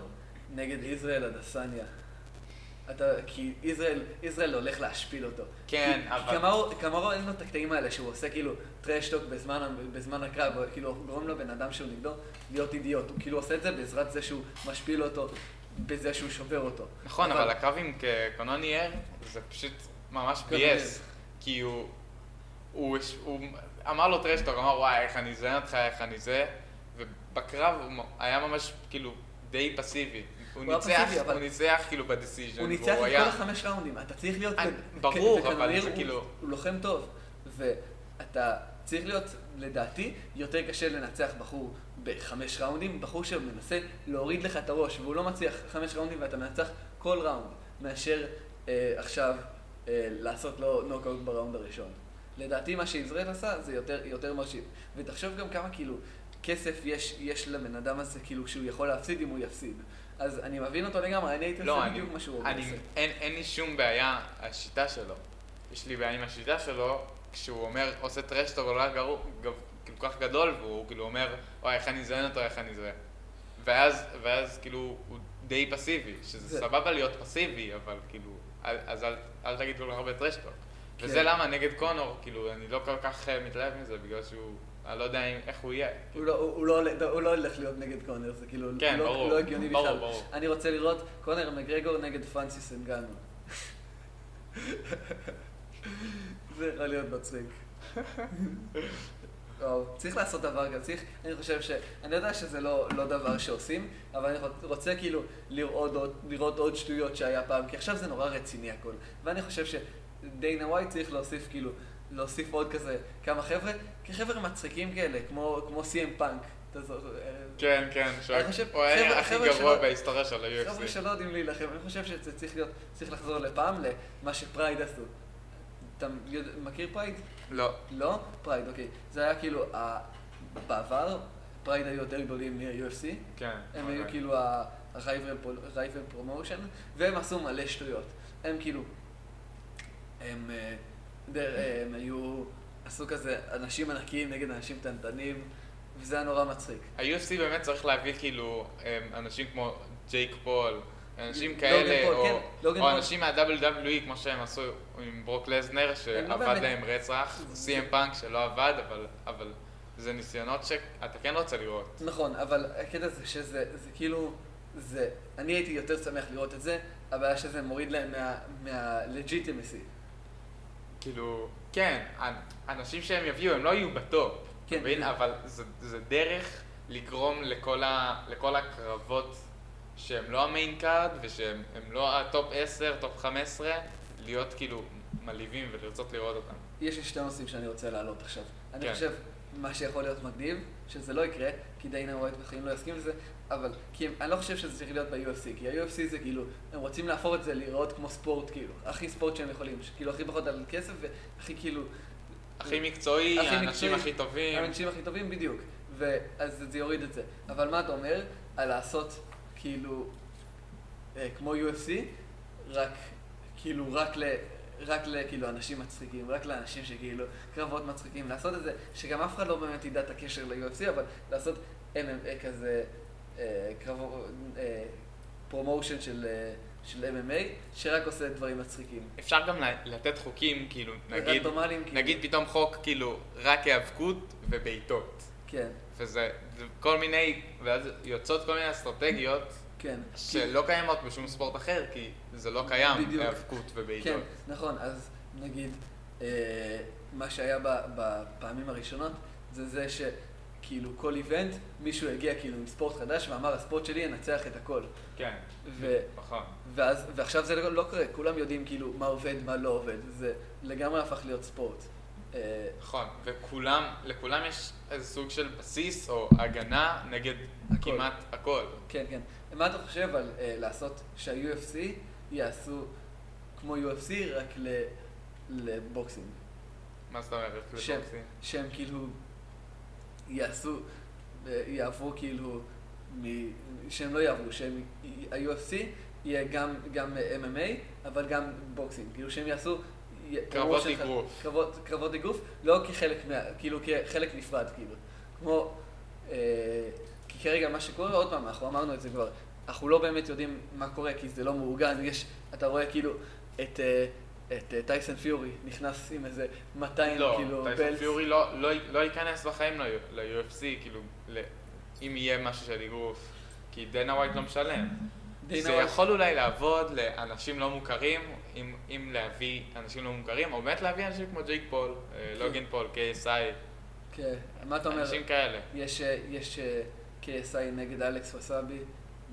נגד יזרעאל הדסניה. אתה, כי יזרעאל, יזרעאל הולך להשפיל אותו. כן, כי, אבל- כי קמארו, קמארו אין לו את הקטעים האלה שהוא עושה כאילו טרשטוק בזמן, ה- בזמן הקרב, הוא כאילו הוא גורם לבן אדם שהוא נגדו להיות אידיוט. הוא כאילו עושה את זה בעזרת זה שהוא משפיל אותו, בזה שהוא שובר אותו. נכון, אבל הקרב עם ק- קונוני אר, זה פשוט ממש בייס, כי הוא, הוא הש- הוא אמר לו טרשטוק, אמר וואי, איך אני אזיין אותך, איך אני זה, ובקרב הוא מ- היה ממש כאילו די פסיבי. הוא הוא היה ניצח, פסיבי, אבל- הוא ניצח כאילו בדיסיז'ן, הוא ניצח את כל החמש ראונדים, אתה צריך להיות... אני- כ- ברור, כ- אבל כקנוניר זה הוא- כאילו- הוא לוחם טוב, ואתה צריך להיות, לדעתי, יותר קשה לנצח בחור בחמש ראונדים, בחור שמנסה להוריד לך את הראש, והוא לא מצליח חמש ראונדים ואתה מנצח כל ראונד, מאשר אה, עכשיו אה, לעשות לו נוקאוט בראונד הראשון. לדעתי מה שיזרעאל עשה זה יותר, יותר מרשים. ותחשוב גם כמה כאילו כסף יש, יש לבן אדם הזה, כאילו שהוא יכול להפסיד אם הוא יפסיד. אז אני מבין אותו לגמרי, אני הייתי לא, עושה אני, בדיוק מה שהוא אני, עושה. אין, אין לי שום בעיה, השיטה שלו. יש לי בעיה עם השיטה שלו, כשהוא אומר, עושה טרשטור כל כך לא גרוע, גב- כאילו כל כך גדול, והוא כאילו אומר, אוי, איך אני אזיין אותו, איך אני זה. ואז, ואז כאילו, הוא די פסיבי, שזה זה- סבבה להיות פסיבי, אבל כאילו, אל, אז אל, אל תגיד כל כך הרבה טרשטור. כן. וזה למה נגד קונור, כאילו, אני לא כל כך אה, מתלהב מזה, בגלל שהוא, אני לא יודע אם- איך הוא יהיה. הוא לא- הוא הוא לא הולך- הוא לא הולך להיות נגד קונר, זה כאילו כן, לא- ברור. לא הגיוני ברור, בכלל. ברור. אני רוצה לראות קונר מגרגור נגד פרנסיס אנגנו. זה יכול להיות מצחיק. וואו, צריך לעשות דבר כזה, צריך, אני חושב ש... אני יודע שזה לא, לא דבר שעושים, אבל אני רוצה כאילו לראות עוד, לראות עוד שטויות שהיה פעם, כי עכשיו זה נורא רציני הכל. ואני חושב שדיינה וואי צריך להוסיף כאילו, להוסיף עוד כזה כמה חבר'ה, כחבר'ה מצחיקים כאלה, כמו, כמו סי.אם פאנק. אתה זוכר? אה, כן, כן, שהוא אני חושב- הוא היה חבר'ה- הכי חבר'ה גרוע שלא- בהיסטוריה של ה-UFC. חבר'ה שלא לא יודעים להילחם, אני חושב שזה צריך להיות, צריך לחזור לפעם למה שפרייד עשו. אתה יודע- מכיר פרייד? לא. לא? פרייד, אוקיי. זה היה כאילו, ה- בעבר, פרייד היו יותר גדולים מה-UFC, כן. הם היו אוקיי. כאילו הרייבל פרומושן, והם עשו מלא שטויות. הם כאילו, הם, אה, דר- אה, הם היו, עשו כזה אנשים ענקיים נגד אנשים קטנטנים, וזה היה נורא מצחיק. ה-UFC באמת צריך להביא כאילו אמ, אנשים כמו ג'ייק פול, אנשים לוגן כאלה, פול, או- כן, לוגן או פול. אנשים מה-WWE, כמו שהם עשו עם ברוק לזנר, שעבד לא באמת- להם רצח, זה- סי.אם פאנק שלא עבד, אבל- אבל זה ניסיונות שאתה כן רוצה לראות. נכון, אבל הקטע זה שזה זה כאילו, זה, אני הייתי יותר שמח לראות את זה, הבעיה שזה מוריד להם מה- מה-legitimacy. כאילו, כן, אנ- אנשים שהם יביאו, הם לא יהיו בטופ, אתה כן. מבין? אבל זה- זה דרך לגרום לכל ה- לכל הקרבות שהם לא המיין קארד ושהם הם לא הטופ 10, טופ 15, להיות כאילו מלהיבים ולרצות לראות אותם. יש לי שתי נושאים שאני רוצה להעלות עכשיו. אני כן. חושב, מה שיכול להיות מגניב, שזה לא יקרה, כי דיינה ווייט בחיים לא יסכים לזה, אבל כי הם, אני לא חושב שזה צריך להיות ב-UFC, כי ה-UFC זה כאילו, הם רוצים להפוך את זה להיראות כמו ספורט, כאילו, הכי ספורט שהם יכולים, כאילו הכי פחות על כסף והכי כאילו, הכי מקצועי, הכי האנשים מקצועי. הכי טובים. האנשים הכי טובים בדיוק, ואז זה יוריד את זה. אבל מה אתה אומר על לעשות כאילו אה, כמו UFC, רק כאילו רק ל... רק לכאילו אנשים מצחיקים, רק לאנשים שכאילו קרבות מצחיקים, לעשות את זה, שגם אף אחד לא באמת ידע את הקשר ל-UFC, אבל לעשות MMA כזה אה, קרבו, אה, פרומושן של, אה, של MMA, שרק עושה דברים מצחיקים. אפשר גם ל- לתת חוקים, כאילו, נגיד, רנדומליים, כאילו. נגיד פתאום חוק, כאילו, רק היאבקות ובעיטות. כן, וזה זה כל מיני, ואז יוצאות כל מיני אסטרטגיות כן. שלא קיימות בשום ספורט אחר, כי זה לא קיים, בדיוק. היאבקות כן, ובעיטות. נכון, אז נגיד, אה, מה שהיה ב- בפעמים הראשונות, זה זה שכאילו כל איבנט, מישהו הגיע כאילו עם ספורט חדש ואמר, הספורט שלי ינצח את הכל. כן, ו- נכון. ואז, ועכשיו זה לא לא קורה, כולם יודעים כאילו מה עובד, מה לא עובד, זה לגמרי הפך להיות ספורט. אה, נכון, וכולם, לכולם יש איזה סוג של בסיס או הגנה נגד הכל. כמעט הכל. כן, כן. מה אתה חושב על אה, לעשות שה-UFC יעשו כמו UFC רק ל- לבוקסינג? מה זאת אומרת? שם. לבוקסים? שהם כאילו יעשו, יעברו כאילו, מ... שהם לא יעברו, שהם, ה-UFC יהיה גם, גם MMA, אבל גם בוקסינג, כאילו שהם יעשו... י- קרבות promotion- אגרוף. קרבות, קרבות אגרוף, לא כחלק, מה, כאילו כחלק נפרד, כאילו. כמו, אה, כי כרגע מה שקורה, עוד פעם, אנחנו אמרנו את זה כבר, אנחנו לא באמת יודעים מה קורה, כי זה לא מאורגן, יש, אתה רואה כאילו את... אה, את אה, טייסון פיורי נכנס עם איזה 200 לא, כאילו טייסון belts. פיורי לא- לא לא ייכנס בחיים ל- ל-UFC, כאילו, ל- אם יהיה משהו של אגרוף, כי דנה ווייט לא משלם. די זה נאור. יכול אולי לעבוד לאנשים לא מוכרים, אם, אם להביא אנשים לא מוכרים, או באמת להביא אנשים כמו ג'ייק פול, אה, לוגן פול, KSI, כן, מה אתה כן. אומר? אנשים כאלה. יש, אה, יש אה, KSI נגד אלכס וסאבי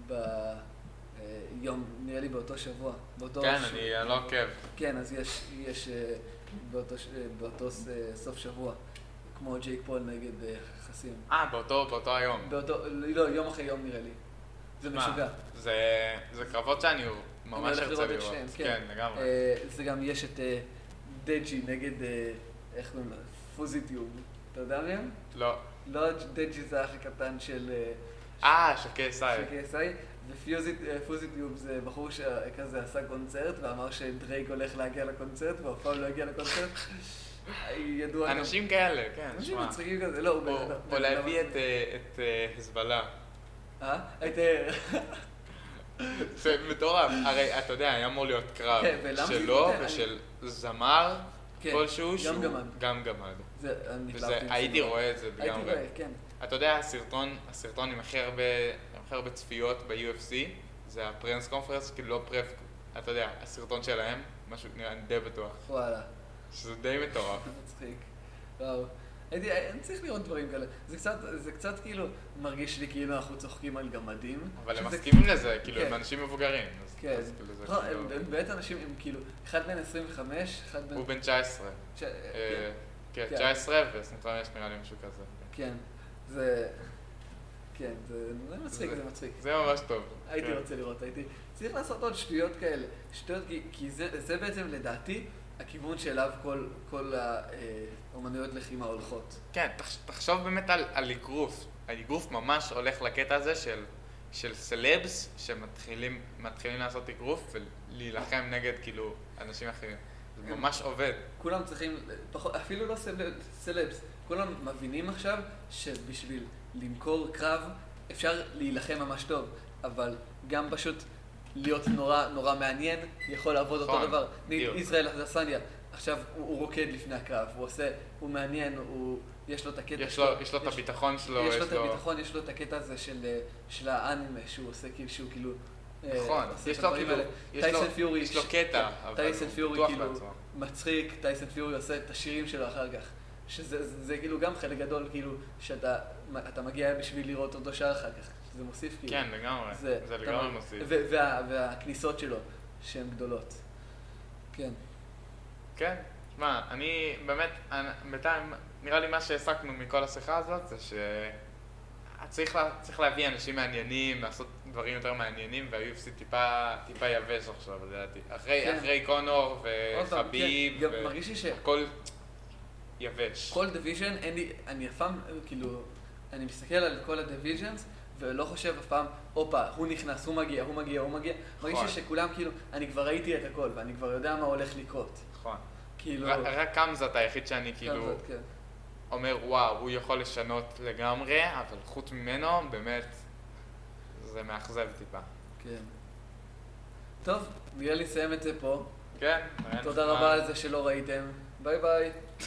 ביום, נראה לי באותו שבוע. באותו כן, ש- אני אני לא עוקב. כן, אז יש, יש אה, באותו, ש- אה, באותו ס- אה, סוף שבוע, כמו ג'ייק פול נגד אה, חסים. אה, באותו, באותו היום. באותו, לא, יום אחרי יום נראה לי. זה מה? משוגע. זה, זה קרבות שאני ממש הולך ארצה לראות את לראות. שניהם, כן. כן, לגמרי. אה, זה גם יש את אה, דג'י נגד, אה, איך קוראים לו? פוזיטיוב. אתה יודע מי הם? לא. לא, דג'י זה האח הקטן של... אה, אה, של KSI. KSI, ופוזיטיוב אה, זה בחור שכזה עשה קונצרט ואמר שדרייק הולך להגיע לקונצרט והוא אף פעם לא הגיע לקונצרט. ידוע גם. אנשים כאלה, כן, אנשים שמע. מצחיקים כזה, לא, הוא או- בן אדם. בן או אדם להביא את, מצחיק. אה, את אה, חזבאללה. אה? את... אה, זה מטורף. הרי אתה יודע, היה אמור להיות קרב כן, ולמה זה שלו התבטל? ושל זמר כן, כלשהו גם שהוא גמד. גם גמד. זה, אני וזה- התלהבתי מזה הייתי מאוד. רואה את זה הייתי לגמרי. רואה, כן. אתה יודע, הסרטון, הסרטון עם הכי הרבה, עם הכי הרבה צפיות ב-UFC, זה הפרנס קונפרנס, כאילו לא פרף, אתה יודע, הסרטון שלהם, משהו, נראה, אני די בטוח, וואלה, שזה די מטורף. מצחיק. וואו. הייתי, אני צריך לראות דברים כאלה. זה קצת, זה קצת כאילו מרגיש לי כאילו אנחנו צוחקים על גמדים. אבל הם שזה- מסכימים לזה, כאילו, כן. הם אנשים מבוגרים. אז- כן. אז כאילו זה לא, כאילו- הם הם באמת אנשים, הם כאילו, אחד בן 25, אחד בן... הוא בן 19. ש- אה, כן, כן. 19 ו-25 נראה לי משהו כזה. כן, זה... כן, זה זה מצחיק, זה מצחיק. זה ממש טוב. הייתי כן. רוצה לראות, הייתי... צריך לעשות עוד שטויות כאלה. שטויות, כי- כי זה זה בעצם לדעתי הכיוון שאליו כל- כל אה, האומנויות לחימה הולכות. כן, תחש, תחשוב באמת על, על אגרוף. האגרוף ממש הולך לקטע הזה של, של סלבס שמתחילים מתחילים לעשות אגרוף ולהילחם נגד כאילו אנשים אחרים. זה כן. ממש עובד. כולם צריכים, פחות, אפילו לא סלב- סלבס, כולם מבינים עכשיו שבשביל למכור קרב אפשר להילחם ממש טוב, אבל גם פשוט להיות נורא נורא מעניין יכול לעבוד אותו נכון, דבר. נגיד בדיוק. ישראל אדסניה, עכשיו הוא, הוא רוקד לפני הקרב, הוא עושה, הוא מעניין, הוא, כן, יש לו את הקטע יש לו, יש לו את הביטחון שלו, יש לו את הביטחון, יש לו את הקטע הזה של, אה, של האנימה שהוא עושה, כאילו, שהוא כאילו... אה, נכון, עושה את יש לו הדברים כאילו, האלה. יש טייסון לו, פיורי, יש לו ש- קטע, כן, אבל טייסון הוא פיורי בטוח כאילו- בעצמו. מצחיק, טייסון פיורי עושה את השירים שלו אחר כך. שזה זה, זה כאילו גם חלק גדול, כאילו, שאתה אתה מגיע בשביל לראות אותו שר אחר כך. זה מוסיף כאילו. כן, לגמרי, זה אתה לגמרי מ- מוסיף. ו- וה, והכניסות שלו, שהן גדולות. כן. כן, שמע, אני באמת, אני- בינתיים נראה לי מה שהסקנו מכל השיחה הזאת זה ש... צריך, לה, צריך להביא אנשים מעניינים, לעשות דברים יותר מעניינים, והUFC טיפה, טיפה יבש עכשיו, לדעתי. אחרי, כן. כן. אחרי קונור עוד פעם, וחביב, כן, גם מרגיש נכון. לי ש- הכל יבש. כל דיוויז'ן, אין לי, אני אף פעם, כאילו, אני מסתכל על כל הדיוויז'נס, ולא חושב אף פעם, הופה, הוא נכנס, הוא מגיע, הוא מגיע, הוא מגיע. מרגיש לי נכון. שכולם, כאילו, אני כבר ראיתי את הכל, ואני כבר יודע מה הולך לקרות. נכון. כאילו... ר- רק קמזת היחיד שאני כן, כאילו זאת, כן. אומר, וואו, הוא יכול לשנות לגמרי, אבל חוץ ממנו, באמת, זה מאכזב טיפה. כן. טוב, נראה לי נסיים את זה פה. כן? היה תודה נחמד. רבה על זה שלא ראיתם. ביי ביי.